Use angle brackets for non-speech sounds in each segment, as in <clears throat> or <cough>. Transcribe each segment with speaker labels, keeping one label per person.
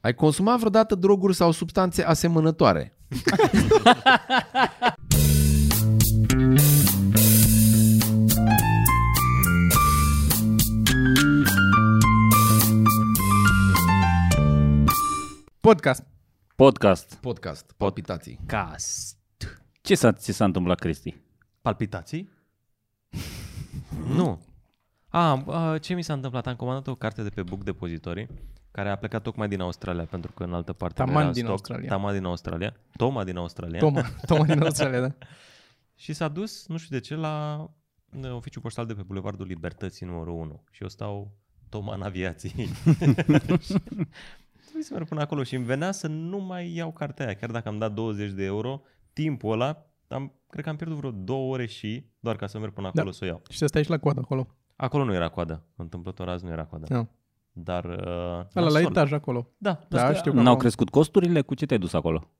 Speaker 1: Ai consumat vreodată droguri sau substanțe asemănătoare?
Speaker 2: Podcast.
Speaker 3: Podcast.
Speaker 1: Podcast, palpitații.
Speaker 4: Cast.
Speaker 3: Ce s-a, ce s-a întâmplat, Cristi?
Speaker 4: <laughs> Palpitații?
Speaker 1: Nu.
Speaker 4: A, a, ce mi s-a întâmplat? Am comandat o carte de pe Book Depository care a plecat tocmai din Australia, pentru că în altă parte nu
Speaker 2: Taman
Speaker 4: era
Speaker 2: din
Speaker 4: stoc.
Speaker 2: Australia.
Speaker 4: Tama din Australia. Toma din Australia.
Speaker 2: Toma, Toma din Australia, da.
Speaker 4: Și s-a dus, nu știu de ce, la uh, oficiul poștal de pe Bulevardul Libertății numărul 1. Și eu stau Toma în
Speaker 2: <laughs>
Speaker 4: aviații. Și Trebuie să merg până acolo și îmi venea să nu mai iau cartea aia. Chiar dacă am dat 20 de euro, timpul ăla, am, cred că am pierdut vreo două ore și doar ca să merg până acolo
Speaker 2: Da.
Speaker 4: să o iau.
Speaker 2: Și să stai și la coadă acolo.
Speaker 4: Acolo nu era coadă. Întâmplător azi nu era coadă.
Speaker 2: Da.
Speaker 4: Dar... Uh,
Speaker 2: Ala, la
Speaker 4: nasol.
Speaker 2: etaj acolo.
Speaker 4: Da,
Speaker 2: Da,
Speaker 4: asta-
Speaker 2: știu.
Speaker 3: Nu au
Speaker 2: acum-
Speaker 3: crescut costurile? Cu ce te-ai dus
Speaker 2: <laughs>
Speaker 3: acolo?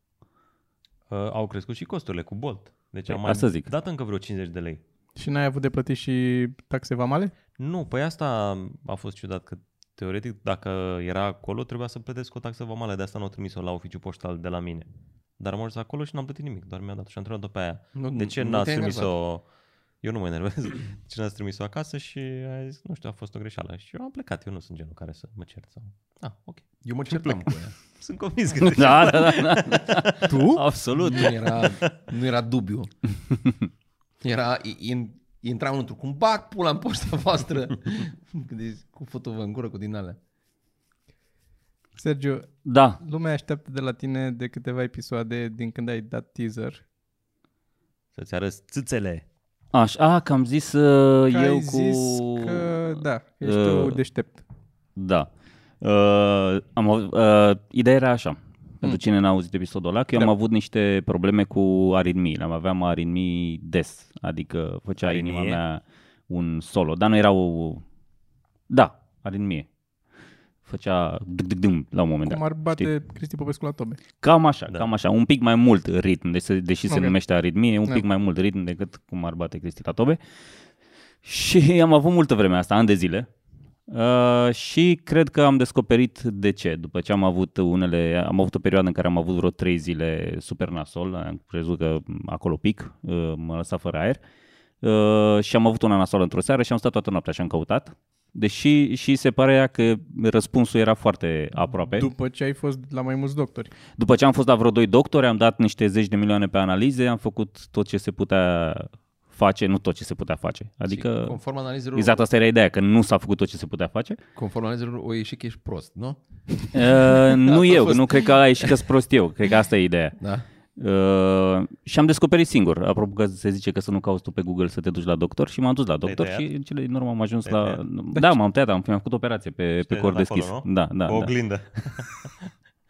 Speaker 4: Uh, au crescut și costurile cu Bolt. Deci
Speaker 3: Păi,
Speaker 4: am mai
Speaker 3: asta zic.
Speaker 4: dat încă vreo 50 de lei.
Speaker 2: Și n-ai avut de plătit și taxe vamale?
Speaker 4: Nu, păi asta a fost ciudat, că teoretic dacă era acolo trebuia să plătesc o taxă vamală, de asta nu au trimis-o la oficiu poștal de la mine. Dar am ajuns acolo și n-am plătit nimic, doar mi-a dat și am întrebat pe aia.
Speaker 1: Nu-
Speaker 4: De ce
Speaker 1: nu
Speaker 4: n-ați
Speaker 1: te-ai
Speaker 4: trimis-o... Eu nu mă enervez. <laughs> De ce n-ați trimis-o acasă și a zis, nu știu, a fost o greșeală. Și eu am plecat, eu nu sunt genul care să mă cert. Sau... Ah, ok.
Speaker 1: Eu mă certam cu ea.
Speaker 4: Sunt
Speaker 3: <laughs>
Speaker 4: convins că
Speaker 3: Da, da, da. da.
Speaker 2: Tu?
Speaker 3: Absolut.
Speaker 1: Nu era, nu era dubiu. Era, in, intra unul într-un cum bag pula în poșta voastră. Deci, cu fotovă în gură, cu din alea.
Speaker 2: Sergiu,
Speaker 3: Da.
Speaker 2: lumea așteaptă de la tine de câteva episoade din când ai dat teaser.
Speaker 4: Să-ți arăți țâțele.
Speaker 3: Aș, a, că am zis uh,
Speaker 2: Că
Speaker 3: eu
Speaker 2: ai
Speaker 3: cu...
Speaker 2: zis că, da, ești tu
Speaker 3: Uh,
Speaker 2: deștept.
Speaker 3: Da. Uh, am, av- uh, ideea era așa.
Speaker 2: Hmm.
Speaker 3: Pentru cine n-a auzit episodul ăla, că
Speaker 2: Da.
Speaker 3: eu am avut niște probleme cu aritmii. Am aveam aritmii des, adică făcea
Speaker 4: Aritmie?
Speaker 3: inima mea un solo, dar nu era o... Da, aritmie. Făcea duc, duc, dum la un moment
Speaker 2: Cum
Speaker 3: dat.
Speaker 2: ar bate Cristi Popescu la tobe.
Speaker 3: Cam așa,
Speaker 4: Da.
Speaker 3: da. cam așa. Un pic mai mult ritm, deci, se- deși okay.
Speaker 2: Ok.
Speaker 3: se numește aritmie, un
Speaker 2: Da.
Speaker 3: pic mai mult ritm decât cum ar bate Cristi Tatobe. Și am avut multă vreme asta, ani de zile. Uh, și cred că am descoperit de ce. După ce am avut unele, am avut o perioadă în care am avut vreo trei zile super nasol, am crezut că acolo pic, uh, m-a lăsat fără aer. Uh, și am avut una nasoală într-o seară și am stat toată noaptea și am căutat. Deși și se părea că răspunsul era foarte aproape.
Speaker 2: După ce ai fost la mai mulți doctori.
Speaker 3: După ce am fost la vreo doi doctori, am dat niște zeci de milioane pe analize, am făcut tot ce se putea face, nu tot ce se putea face.
Speaker 1: Și
Speaker 3: Adică,
Speaker 1: Conform analizelor,
Speaker 3: exact asta era ideea, că nu s-a făcut tot ce se putea face.
Speaker 1: conform analizelor, o ieși că ești prost, nu?
Speaker 3: Uh, nu eu,
Speaker 1: fost.
Speaker 3: nu cred că a ieșit că prost eu, cred că asta e ideea.
Speaker 1: Da.
Speaker 3: Uh, și am descoperit singur, apropo că se zice că să nu cauți tu pe Google să te duci la doctor și m-am dus la doctor
Speaker 4: tăiat?
Speaker 3: și în cele din urmă am ajuns
Speaker 4: Te-ai
Speaker 3: la...
Speaker 4: tăiat?
Speaker 3: Da, m-am tăiat, am, am făcut operație pe, pe
Speaker 4: te-ai
Speaker 3: cor
Speaker 4: dat acolo,
Speaker 3: deschis.
Speaker 4: nu?
Speaker 3: da, da,
Speaker 4: Da, o
Speaker 3: da.
Speaker 4: oglindă.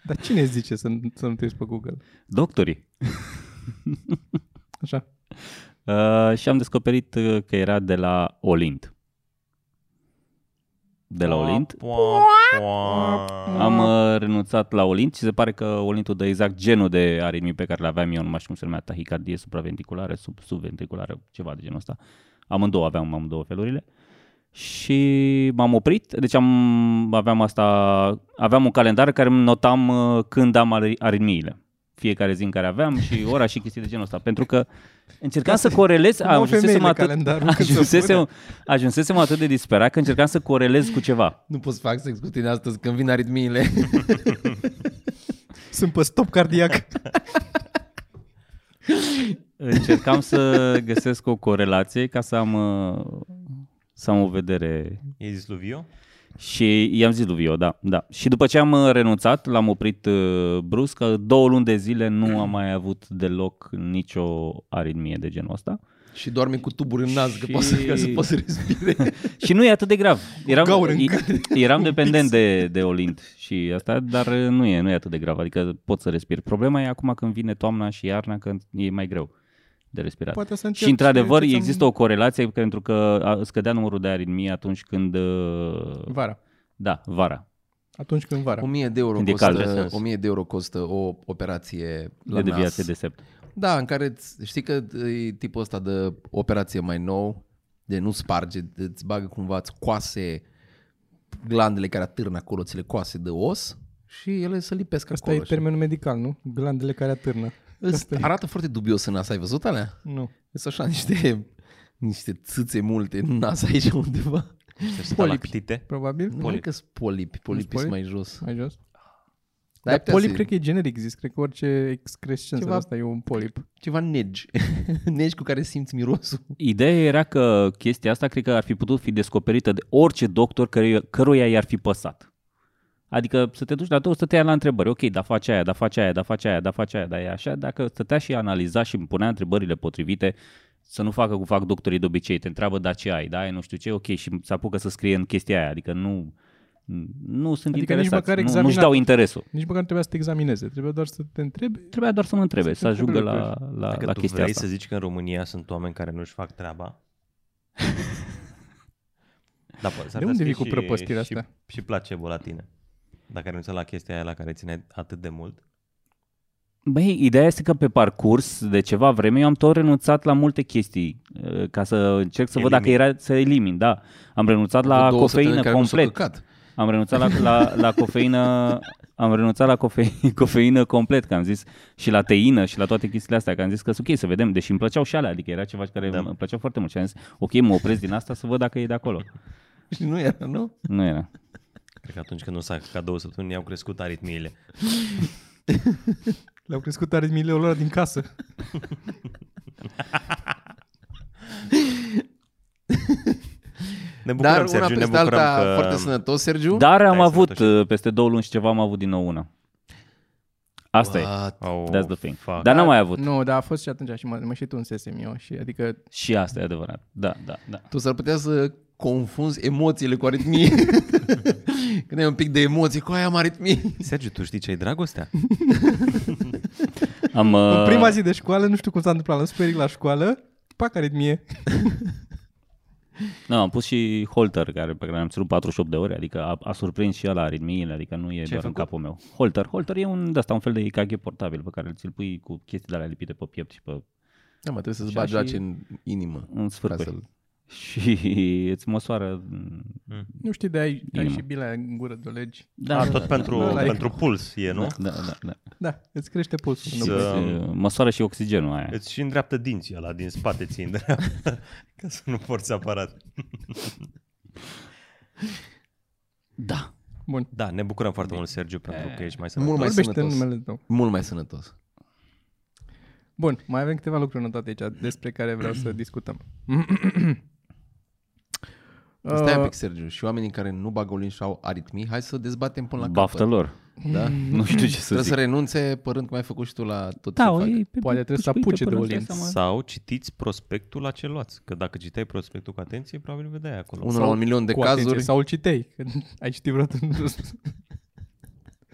Speaker 2: Dar cine zice să, să nu te uiți pe Google?
Speaker 3: da. Doctorii.
Speaker 2: Așa.
Speaker 3: Uh, și am descoperit uh, că era de la Olint. De
Speaker 4: Ah.
Speaker 3: la Olint.
Speaker 4: Pua, pua, pua.
Speaker 3: Am uh, renunțat la Olint și se pare că Olintul dă exact genul de aritmii pe care le aveam eu, nu mai știu cum se numea, tahicardie supraventriculară, sub, subventriculară, ceva de genul ăsta. Amândouă aveam, amândouă felurile. Și m-am oprit, deci am, aveam asta, aveam un calendar care îmi notam uh, când am ari- aritmiile. Fiecare zi în care aveam și ora și chestii de genul ăsta. Pentru că încercam să corelez,
Speaker 2: Cum au
Speaker 3: ajunsesem
Speaker 2: femeile
Speaker 3: atât,
Speaker 2: calendarul când se
Speaker 3: ajunsesem, ajunsesem atât de disperat că încercam să corelez cu ceva.
Speaker 1: Nu pot să fac sex cu tine astăzi când vin
Speaker 3: <laughs>
Speaker 1: aritmiile.
Speaker 2: Sunt pe stop
Speaker 3: <laughs>
Speaker 2: cardiac.
Speaker 3: Încercam să găsesc o corelație ca să am, uh, să am o vedere.
Speaker 4: E zis lui Vio?
Speaker 3: Și i-am zis lui Vio, da, da. Și după ce am uh, renunțat, l-am oprit uh, brusc, uh, două luni de zile nu am mai avut deloc nicio aritmie de genul ăsta.
Speaker 1: și dormi cu tuburi în nas, că
Speaker 3: Și-
Speaker 1: poți să, ca să poți să
Speaker 3: <laughs>
Speaker 1: respire.
Speaker 3: Și nu e atât de grav. Eram,
Speaker 2: gaură în
Speaker 3: i- eram dependent de, de Olint și asta, dar uh, nu e, nu e atât de grav. Adică pot să respir. Problema e acum când vine toamna și iarna, când e mai greu de respirat.
Speaker 2: Poate să
Speaker 3: și într-adevăr există o corelație pentru că a- scădea numărul de aritmii atunci când... uh,
Speaker 2: Vara.
Speaker 3: Da, vara.
Speaker 2: Atunci când vara.
Speaker 1: 1000 de euro
Speaker 3: Când e cald, de
Speaker 1: costă,
Speaker 3: sens.
Speaker 1: 1000 de euro costă o operație la
Speaker 3: La de
Speaker 1: nas.
Speaker 3: viață de sept.
Speaker 1: Da, în care îți- știi că e tipul ăsta de operație mai nou de nu sparge, îți bagă cumva, îți coase glandele care atârnă acolo, ți le coase de os și ele se lipesc
Speaker 2: Asta
Speaker 1: acolo.
Speaker 2: e termenul medical, nu? Glandele care atârnă.
Speaker 1: Îți arată foarte dubios în nas, ai văzut alea?
Speaker 2: Nu.
Speaker 1: Sunt așa niște, niște țâțe multe în nas aici undeva.
Speaker 4: Stalactite.
Speaker 2: Probabil.
Speaker 1: Nu cred că sunt polipi, polipi sunt mai jos.
Speaker 2: Mai jos.
Speaker 1: Dar ai
Speaker 2: Dar
Speaker 1: putea
Speaker 2: Da, polip
Speaker 1: să-
Speaker 2: cred că e generic zis. Cred că orice excrescență
Speaker 1: Ceva-
Speaker 2: Ceva... asta e un polip.
Speaker 1: Ceva negi. <laughs> negi cu care simți mirosul.
Speaker 3: Ideea era că chestia asta cred că ar fi putut fi descoperită de orice doctor căruia, căruia i-ar fi păsat. Adică să te duci la două, să te ia la întrebări. Ok, dar face aia, dar face aia, dar face aia, dar face aia, dar e așa. Dacă stătea și analiza și îmi punea întrebările potrivite, să nu facă cum fac doctorii de obicei. Te întreabă, da, ce ai, da, ai nu știu ce, ok, și se apucă să scrie în chestia aia. Adică nu, nu sunt
Speaker 2: Adică nici
Speaker 3: interesați,
Speaker 2: măcar
Speaker 3: nu, nu-și
Speaker 2: examinat.
Speaker 3: dau interesul.
Speaker 2: Nici măcar nu trebuia să te examineze. Trebuia doar să te întrebi.
Speaker 3: Trebuia doar să mă întrebe, să,
Speaker 2: Să te întrebe
Speaker 3: ajungă la, la,
Speaker 4: Dacă
Speaker 2: lucruri.
Speaker 3: Da, la
Speaker 4: Adică tu
Speaker 3: chestia
Speaker 4: vrei
Speaker 3: asta.
Speaker 4: să zici că în România sunt oameni care nu-și fac treaba... Da, po- s-ar
Speaker 2: De
Speaker 4: putea
Speaker 2: unde
Speaker 4: să
Speaker 2: vii
Speaker 4: fie
Speaker 2: cu
Speaker 4: și-
Speaker 2: prăpăstirea
Speaker 4: și,
Speaker 2: asta?
Speaker 4: Și placebo la tine. Dacă renunți la chestia aia la care ține atât de mult,
Speaker 3: Băi, ideea este că pe parcurs de ceva vreme eu am tot renunțat la multe chestii eh, ca să încerc să văd dacă
Speaker 4: Elimini.
Speaker 3: era să elimin, da. Am renunțat
Speaker 2: Da,
Speaker 3: la
Speaker 1: Două săptămâni
Speaker 3: cofeină
Speaker 1: care nu s-au
Speaker 3: complet.
Speaker 1: căcat. <laughs>
Speaker 3: Am renunțat la, la, la cofeină, am renunțat la cofe- <laughs> cofeină complet, că am zis, și la teină și la toate chestiile astea, că am zis că sunt ok să vedem, deși îmi plăceau și alea, adică era ceva care
Speaker 4: Da.
Speaker 3: da. îmi plăceau foarte mult și am zis, ok, mă opresc din asta să văd dacă e de acolo.
Speaker 1: Și nu era, nu?
Speaker 3: Nu era.
Speaker 4: cred că atunci când nu s-a ca două săptămâni, i-au crescut aritmiile.
Speaker 2: Le-au crescut aritmiile lor din casă.
Speaker 4: Ne bucurăm,
Speaker 1: Dar una
Speaker 4: Sergiu, ne
Speaker 1: peste
Speaker 4: bucurăm
Speaker 1: alta
Speaker 4: că...
Speaker 1: foarte sănătos, Sergiu.
Speaker 3: Dar am
Speaker 4: Hai să
Speaker 3: avut,
Speaker 4: totuși.
Speaker 3: eh, peste două luni și ceva am avut din nou una. Asta e.
Speaker 1: What?
Speaker 4: Oh,
Speaker 3: That's the thing.
Speaker 4: Fuck.
Speaker 3: Dar n-am mai avut.
Speaker 2: <laughs> Nu, dar a fost și atunci și mă, mă și tu însesem eu. Și adică
Speaker 3: Și asta e adevărat. Da, da, da.
Speaker 1: Tu s-ar putea să confunzi emoțiile cu aritmie. <laughs> Când ai un pic de emoție, cu aia am aritmie.
Speaker 4: Sergiu, tu știi ce e dragostea?
Speaker 3: Am, uh,
Speaker 2: În prima zi de școală, nu știu cum s-a întâmplat, l-am sperit la școală, pac aritmie.
Speaker 3: Nu, am pus și holter care, pe care l-am ținut 48 de ore, adică a, a surprins și ăla aritmiile, adică nu e doar în capul meu. Holter, holter e un, de asta, un fel de EKG portabil pe care ți-l pui cu chestii de alea lipite pe piept și pe
Speaker 1: Da, mă, trebuie să-ți
Speaker 3: bagi
Speaker 1: bagi
Speaker 3: lace
Speaker 1: și... în inimă.
Speaker 3: în sfârșit. Și <laughs> îți măsoară...
Speaker 2: <laughs> Nu știi, de ai, ai
Speaker 3: Inima.
Speaker 2: și bila în gură de o legi.
Speaker 3: Da,
Speaker 4: Ah, tot pentru,
Speaker 2: da, da,
Speaker 4: pentru puls e, nu?
Speaker 3: Da, da, da.
Speaker 2: Da, îți crește pulsul.
Speaker 4: Și
Speaker 2: când o
Speaker 4: să-
Speaker 2: faci.
Speaker 3: Îți, uh, Măsoară și oxigenul aia.
Speaker 4: Îți și îndreaptă dinții ăla, din spate ți îndreaptă, <laughs> ca să nu porți aparat.
Speaker 3: Da.
Speaker 2: Bun,
Speaker 4: Da, ne bucurăm foarte mult, Sergiu, pentru
Speaker 2: Eh,
Speaker 4: că ești mai sănătos.
Speaker 1: Mult mai
Speaker 2: vorbește în
Speaker 1: sănătos.
Speaker 2: numele tău.
Speaker 1: Mult mai sănătos.
Speaker 2: Bun, mai avem câteva lucruri notate aici despre care vreau să discutăm.
Speaker 1: Uh... Stai un pic, Sergiu. Și oamenii care nu bagă olin și au aritmii, hai să dezbatem până la
Speaker 3: Baftă
Speaker 1: capăt.
Speaker 3: lor.
Speaker 1: Da?
Speaker 3: Nu știu ce să
Speaker 1: Trebuie să
Speaker 3: zic.
Speaker 1: renunțe părând cum ai făcut și tu la tot
Speaker 3: Da,
Speaker 1: ce
Speaker 3: o,
Speaker 1: fac.
Speaker 3: ei, pe-
Speaker 2: Poate trebuie
Speaker 3: își
Speaker 2: să
Speaker 3: uite
Speaker 2: apuce de
Speaker 3: până
Speaker 2: olin.
Speaker 3: îți dai seama.
Speaker 4: Sau citiți prospectul la ce luați, că dacă citeai prospectul cu atenție, probabil vedeai acolo.
Speaker 1: Unul la un milion de
Speaker 2: Cu atenție,
Speaker 1: cazuri.
Speaker 2: Sau îl citei, că <laughs> ai citit vreodată.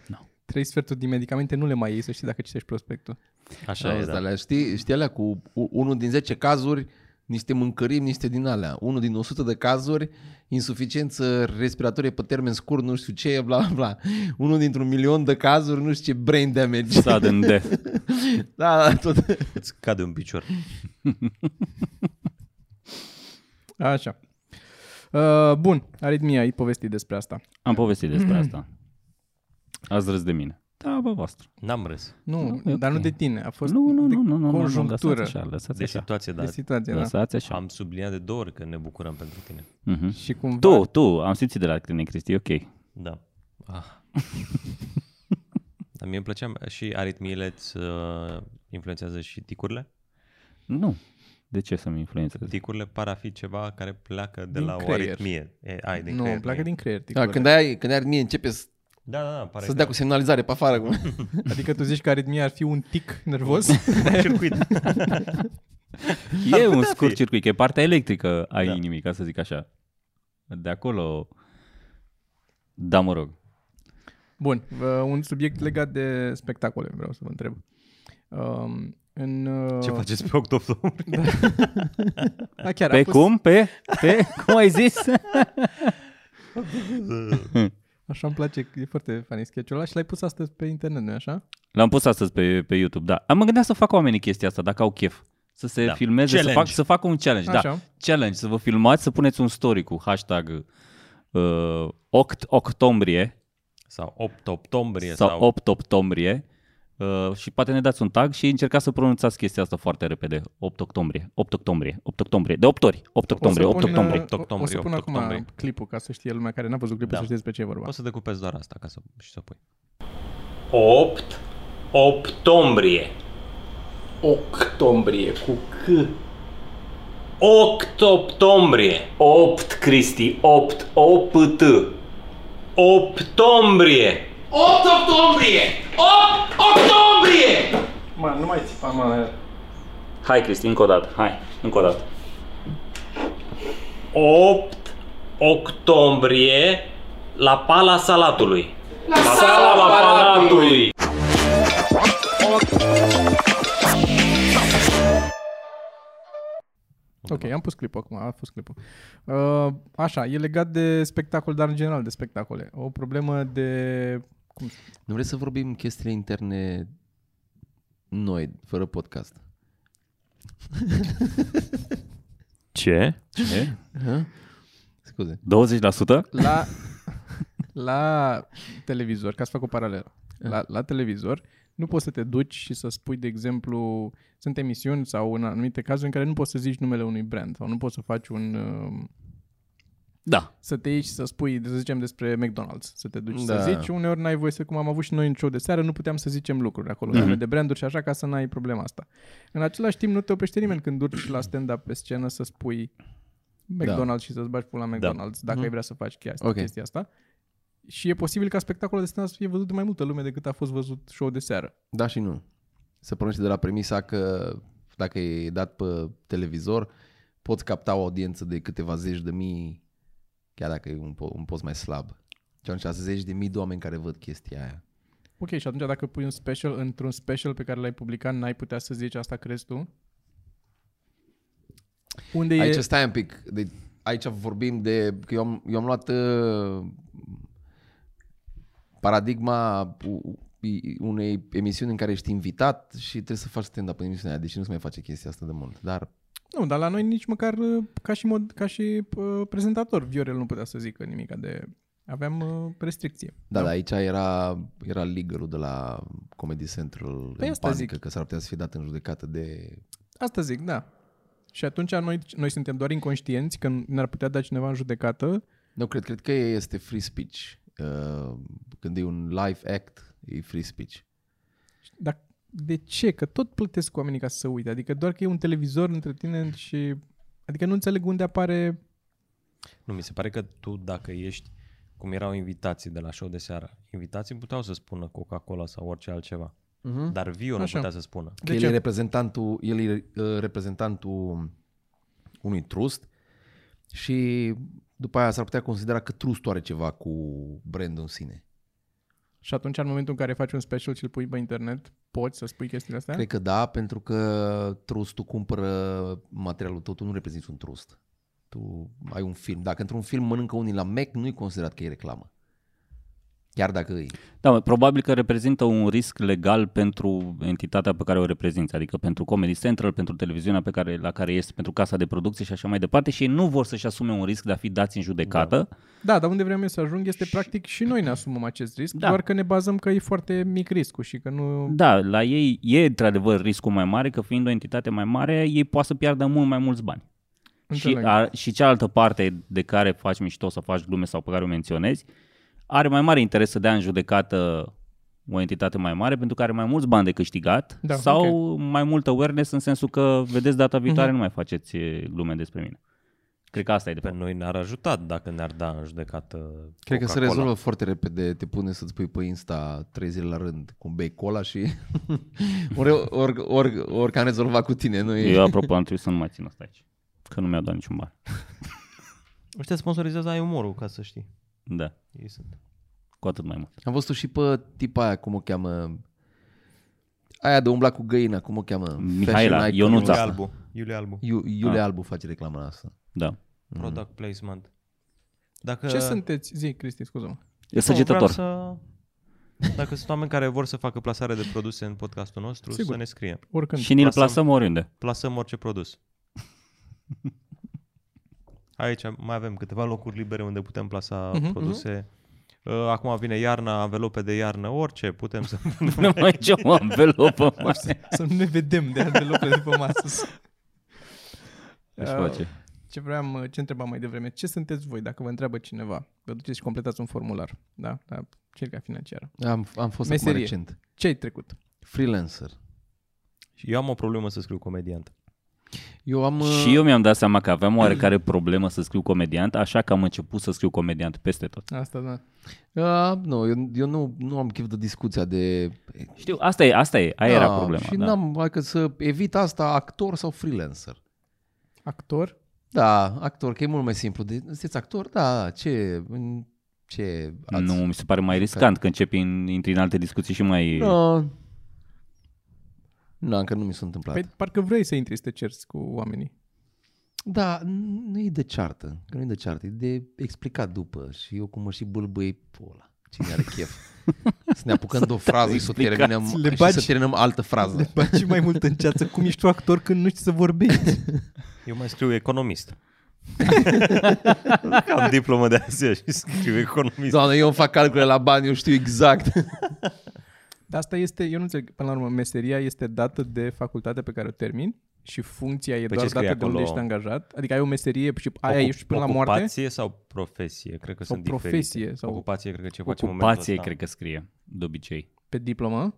Speaker 3: Nu.
Speaker 2: Trei sferturi din medicamente nu le mai iei să știi dacă citești prospectul.
Speaker 4: Așa
Speaker 1: Da,
Speaker 4: e,
Speaker 1: asta,
Speaker 4: da.
Speaker 1: alea, știi, știi alea cu u- unul din 10 cazuri, niște mâncărimi, niște din alea. Unul din 100 de cazuri, insuficiență respiratorie pe termen scurt, nu știu ce, bla bla bla. Unul dintr-un milion de cazuri, nu știu ce, brain damage.
Speaker 4: Exact.
Speaker 3: Sudden death.
Speaker 1: Da, da, tot.
Speaker 4: Îți cade un picior.
Speaker 2: Așa. Uh, bun, aritmia, ai povestit despre asta.
Speaker 3: Am povestit <clears throat> despre asta. Ați râs de mine. Da, bă, voastră.
Speaker 4: N-am râs.
Speaker 2: Nu,
Speaker 3: e
Speaker 2: dar
Speaker 3: ok.
Speaker 2: nu de tine, a fost
Speaker 3: Nu, nu,
Speaker 2: de
Speaker 3: nu, nu, nu, nu, nu, lăsați
Speaker 2: conjunctură,
Speaker 3: așa, lăsați
Speaker 4: De
Speaker 3: așa.
Speaker 4: situație,
Speaker 2: de
Speaker 4: dar
Speaker 2: situație, da.
Speaker 3: Lăsați așa.
Speaker 4: am subliniat de două ori că ne bucurăm pentru tine.
Speaker 3: Mhm.
Speaker 2: Și cumva,
Speaker 3: Tu, tu, am simțit de la tine, Cristi, ok.
Speaker 4: Da.
Speaker 2: <laughs>
Speaker 4: Ah. Dar mie îmi plăcea și aritmiile îți uh, influențează și ticurile.
Speaker 3: Nu. De ce să-mi influențeze?
Speaker 4: Ticurile par a fi ceva care pleacă de
Speaker 2: Din
Speaker 4: la o
Speaker 2: creier.
Speaker 4: aritmie. E, ai, din
Speaker 2: nu,
Speaker 4: creier,
Speaker 2: îmi pleacă
Speaker 4: e.
Speaker 2: din creier.
Speaker 1: Da,
Speaker 2: ticurile.
Speaker 1: când ai, când ai armie, începe să,
Speaker 4: Da, da, da, pare
Speaker 1: să dea cu semnalizare pe afară. Cum.
Speaker 2: Adică tu zici că aritmia ar fi un tic
Speaker 3: <laughs>
Speaker 2: nervos?
Speaker 4: un circuit.
Speaker 3: E un
Speaker 4: putea
Speaker 3: scurt
Speaker 4: fi.
Speaker 3: circuit, că e partea electrică a
Speaker 4: Da.
Speaker 3: inimii, ca să zic așa. De acolo... Da, mă rog.
Speaker 2: Bun, vă- un subiect legat de spectacole, vreau să vă întreb. Um, în, uh,
Speaker 4: Ce faceți pe 8 octombrie?
Speaker 2: Da, chiar,
Speaker 3: Pe
Speaker 2: a fost,
Speaker 3: cum? Pe? Pe? Cum ai
Speaker 2: <laughs>
Speaker 3: zis?
Speaker 2: Așa îmi place, e foarte funny sketch-ul ăla și l-ai pus astăzi pe internet, nu așa?
Speaker 3: L-am pus astăzi pe, pe YouTube, da. Am mă gândeam să fac oamenii chestia asta, dacă au chef. să se
Speaker 4: Da.
Speaker 3: filmeze, să,
Speaker 4: Challenge.
Speaker 3: fac, să facă un challenge. Da,
Speaker 2: Așa.
Speaker 3: challenge, să vă filmați, să puneți un story cu hashtag uh, 8 octombrie
Speaker 4: Sau 8 octombrie
Speaker 3: sau 8 octombrie uh, și poate ne dați un tag și încercați să pronunțați chestia asta foarte repede. 8 octombrie, 8 octombrie, 8 octombrie, de 8 ori, 8
Speaker 2: O să
Speaker 3: octombrie, 8
Speaker 2: pun,
Speaker 3: octombrie.
Speaker 2: uh,
Speaker 4: 8 octombrie,
Speaker 2: O să pun
Speaker 4: 8
Speaker 2: acum
Speaker 4: octombrie.
Speaker 2: clipul ca să știe lumea care n-a văzut clipul
Speaker 4: Da.
Speaker 2: să știe despre ce e vorba.
Speaker 4: Poți să decupezi doar asta ca să, și să pui.
Speaker 5: 8 octombrie. Octombrie cu C. 8 octombrie. 8 Cristi, 8 opt. Octombrie. 8 octombrie. 8 octombrie.
Speaker 2: Mă, nu mai țipa, mă.
Speaker 3: Hai Cristi, încă o dată, hai, încă o dată.
Speaker 5: 8 octombrie la Pala Salatului. La Sala Palatului.
Speaker 2: Ok, am pus clipul acum, a fost clipul. Uh, așa, e legat de spectacol, dar în general de spectacole. O problemă de... Cum?
Speaker 1: Nu vrei să vorbim chestiile interne noi, fără podcast?
Speaker 4: Ce?
Speaker 3: Ce?
Speaker 1: Scuze.
Speaker 3: 20%?
Speaker 4: <laughs>
Speaker 2: La, la televizor, ca să fac o paralelă, la, la televizor nu poți să te duci și să spui, de exemplu, sunt emisiuni sau în anumite cazuri în care nu poți să zici numele unui brand sau nu poți să faci un... uh,
Speaker 3: Da.
Speaker 2: să te iei și să spui, să zicem despre McDonald's, să te duci da.
Speaker 1: Da.
Speaker 2: să zici, uneori n-ai voie să, cum am avut și noi în show de seară, nu puteam să zicem lucruri acolo, mm-hmm. de branduri și așa, ca să n-ai problema asta. În același timp, nu te oprește nimeni când urci la stand-up pe scenă să spui McDonald's da. și să-ți bagi pula McDonald's, da. dacă mm-hmm. ai vrea să faci chestia,
Speaker 1: Ok.
Speaker 2: okay. chestia asta. Și e posibil ca spectacolul de stand-up să fie văzut de mai multă lume decât a fost văzut show de seară.
Speaker 1: Da și nu. Se pornește de la premisa că dacă e dat pe televizor, poți capta o audiență de câteva zeci de mii, chiar dacă e un, po- un post mai slab. Și atunci zeci de mii de oameni care văd chestia aia.
Speaker 2: Ok, și atunci dacă pui un special într-un special pe care l-ai publicat, n-ai putea să zici asta, crezi tu? Unde
Speaker 1: Aici
Speaker 2: e...
Speaker 1: stai un pic. De, aici vorbim de... Că eu, am, eu am luat uh, paradigma u- i- unei emisiuni în care ești invitat și trebuie să faci stand-up în emisiunea aia, deși nu se mai face chestia asta de mult. Dar
Speaker 2: Nu, dar la noi nici măcar uh, ca și, mod, ca și uh, prezentator Viorel nu putea să zică nimic de... Aveam uh, restricție.
Speaker 1: Da, da, aici era, era legal de la Comedy Central
Speaker 2: Păi
Speaker 1: în
Speaker 2: asta
Speaker 1: panică
Speaker 2: zic.
Speaker 1: că s-ar putea să fie dat în judecată de...
Speaker 2: Asta zic, da. Și atunci noi, noi suntem doar inconștienți că ne-ar putea da cineva în judecată.
Speaker 1: Nu, cred, cred că este free speech. Uh, Când e un live act, e free speech.
Speaker 2: Dar de ce? Că tot plătesc oamenii ca să se uite. Adică doar că e un televizor între tine și... Adică nu înțeleg unde apare...
Speaker 4: Nu, mi se pare că tu dacă ești, cum erau invitații de la show de seară, invitații puteau să spună Coca-Cola sau orice altceva. Uh-huh. Dar Vio nu
Speaker 2: Așa.
Speaker 4: putea să spună.
Speaker 1: Că
Speaker 2: De
Speaker 1: el
Speaker 2: ce?
Speaker 1: e reprezentantul, el e uh, reprezentantul unui trust și după aia s-ar putea considera că trustul are ceva cu brandul în sine.
Speaker 2: Și atunci, în momentul în care faci un special și îl pui pe internet, poți să spui chestiile astea?
Speaker 1: Cred că da, pentru că trustul cumpără materialul tău, tu nu reprezinți un trust. Tu ai un film. Dacă într-un film mănâncă unii la Mac, nu-i considerat că e reclamă. Chiar dacă e.
Speaker 3: Da, mă, probabil că reprezintă un risc legal pentru entitatea pe care o reprezinți, adică pentru Comedy Central, pentru televiziunea pe care, la care este, pentru casa de producție și așa mai departe și ei nu vor să-și asume un risc de a fi dați în judecată. Da.
Speaker 2: Da, dar unde vrem eu să ajung este practic și noi ne asumăm acest risc,
Speaker 3: Da.
Speaker 2: da. doar că ne bazăm că e foarte mic riscul și că nu...
Speaker 3: da, la ei e într-adevăr riscul mai mare, că fiind o entitate mai mare, ei poate să piardă mult mai mulți bani. Și,
Speaker 2: Înțeleg.
Speaker 3: a, și cealaltă parte de care faci mișto sau faci glume sau pe care o menționezi, are mai mare interes să dea în judecată o entitate mai mare pentru că are mai mulți bani de câștigat
Speaker 2: Da,
Speaker 3: sau mai mult awareness în sensul că vedeți data viitoare mm-hmm.
Speaker 2: Mhm.
Speaker 3: nu mai faceți e, glume despre mine. Cred că asta e de
Speaker 4: Pe
Speaker 3: fapt.
Speaker 4: noi ne-ar ajuta dacă ne-ar da în judecată
Speaker 1: Cred că se
Speaker 4: Coca-Cola.
Speaker 1: rezolvă foarte repede. Te pune să-ți pui pe Insta trei zile la rând cu un bei cola și <laughs> ori, ori, ori, ori că am rezolvat cu tine. Nu e...
Speaker 3: Eu apropo am trebuit să nu mai țin asta aici, că nu mi-au dat niciun bani.
Speaker 4: Ăștia sponsorizează ai umorul, ca să știi.
Speaker 3: Da,
Speaker 4: Ei sunt.
Speaker 3: cu atât mai mult.
Speaker 1: Am văzut și pe tipa aia, cum o cheamă... Aia de umbla cu găina, cum o cheamă?
Speaker 3: Mihaela,
Speaker 1: Fashion icon.
Speaker 3: Ionuța.
Speaker 4: Iulie
Speaker 3: asta.
Speaker 4: Albu. Iulie Albu.
Speaker 1: Iu- Iulia Albu face reclama la asta.
Speaker 3: Da.
Speaker 4: Product placement. Dacă...
Speaker 2: Ce sunteți? Zi, Cristi, scuză-mă.
Speaker 3: E
Speaker 4: Nu, vreau
Speaker 3: săgetător.
Speaker 4: Să... Dacă sunt oameni care vor să facă plasare de produse în podcastul nostru,
Speaker 2: Sigur.
Speaker 4: Sigur. să ne scrie.
Speaker 2: Oricând.
Speaker 3: Și ni-l
Speaker 4: Plasăm.
Speaker 3: plasăm oriunde.
Speaker 4: Plasăm orice produs. Aici mai avem câteva locuri libere unde putem plasa
Speaker 2: Mhm,
Speaker 4: uh-huh, produse. Uh-huh. Acum vine iarna, anvelope de iarnă, orice putem
Speaker 3: <laughs>
Speaker 4: să...
Speaker 3: Nu mai ce o anvelopă,
Speaker 1: <laughs>
Speaker 3: mă.
Speaker 2: Să nu ne vedem de deloc de după masă.
Speaker 3: Își face.
Speaker 2: Ce vreau, ce întrebam mai devreme? Ce sunteți voi dacă vă întreabă cineva? Vă duceți și completați un formular, da? La cerca financiară.
Speaker 1: Am, am fost acum
Speaker 2: Meserie.
Speaker 1: recent.
Speaker 2: Ce ai trecut?
Speaker 1: Freelancer.
Speaker 4: Și Eu am o problemă să scriu comediant.
Speaker 1: Eu am... uh,
Speaker 3: Și eu mi-am dat seama că aveam oarecare problemă să scriu comediant, așa că am început să scriu comediant peste tot.
Speaker 2: Asta, da.
Speaker 1: Uh, nu, eu, eu nu, nu am chef de discuția de...
Speaker 3: Știu, asta e, asta e, aia da, era
Speaker 1: Da,
Speaker 3: problema.
Speaker 1: Și
Speaker 3: da.
Speaker 1: n-am, adică să evit asta actor sau freelancer.
Speaker 2: Actor?
Speaker 1: Da, actor, că e mult mai simplu. De, sunteți actor? Da, ce... în- Ce ați...
Speaker 3: Nu, mi se pare mai riscant că începi în, intri în alte discuții și mai...
Speaker 1: Nu. Nu, încă nu mi s-a întâmplat.
Speaker 2: Păi
Speaker 1: Păi...
Speaker 2: parcă vrei să intri să te cerți cu oamenii.
Speaker 1: Da, n- nu e de ceartă. Că nu e de ceartă, e de explicat după. Și eu cum mă și bâlbâi pe ăla. Cine are chef. Să ne apucăm de o frază și să, o terminăm,
Speaker 2: Le
Speaker 1: și
Speaker 2: bagi-
Speaker 1: să terminăm altă frază.
Speaker 2: Baci mai mult în ceață. Cum ești tu actor când nu știi să vorbești?
Speaker 4: Eu mai scriu
Speaker 3: <laughs>
Speaker 4: economist. am diplomă de Asia și scriu economist. Da.
Speaker 1: Doamne, eu îmi fac calcule la bani, eu știu exact.
Speaker 2: Dar asta este, eu nu înțeleg, până la urmă, meseria este dată de facultatea pe care o termin și funcția
Speaker 4: Păi
Speaker 2: e doar
Speaker 4: ce scrie
Speaker 2: dată de unde
Speaker 4: acolo?
Speaker 2: ești angajat. Adică ai o meserie și aia ești până la moarte.
Speaker 4: Ocupație sau profesie? Cred că
Speaker 2: Sau
Speaker 4: sunt
Speaker 2: profesie,
Speaker 4: diferite.
Speaker 2: sau-
Speaker 4: Ocupație, cred că ce facem în momentul
Speaker 3: Ocupație,
Speaker 4: ăsta.
Speaker 3: cred că scrie, de obicei.
Speaker 2: Pe diplomă?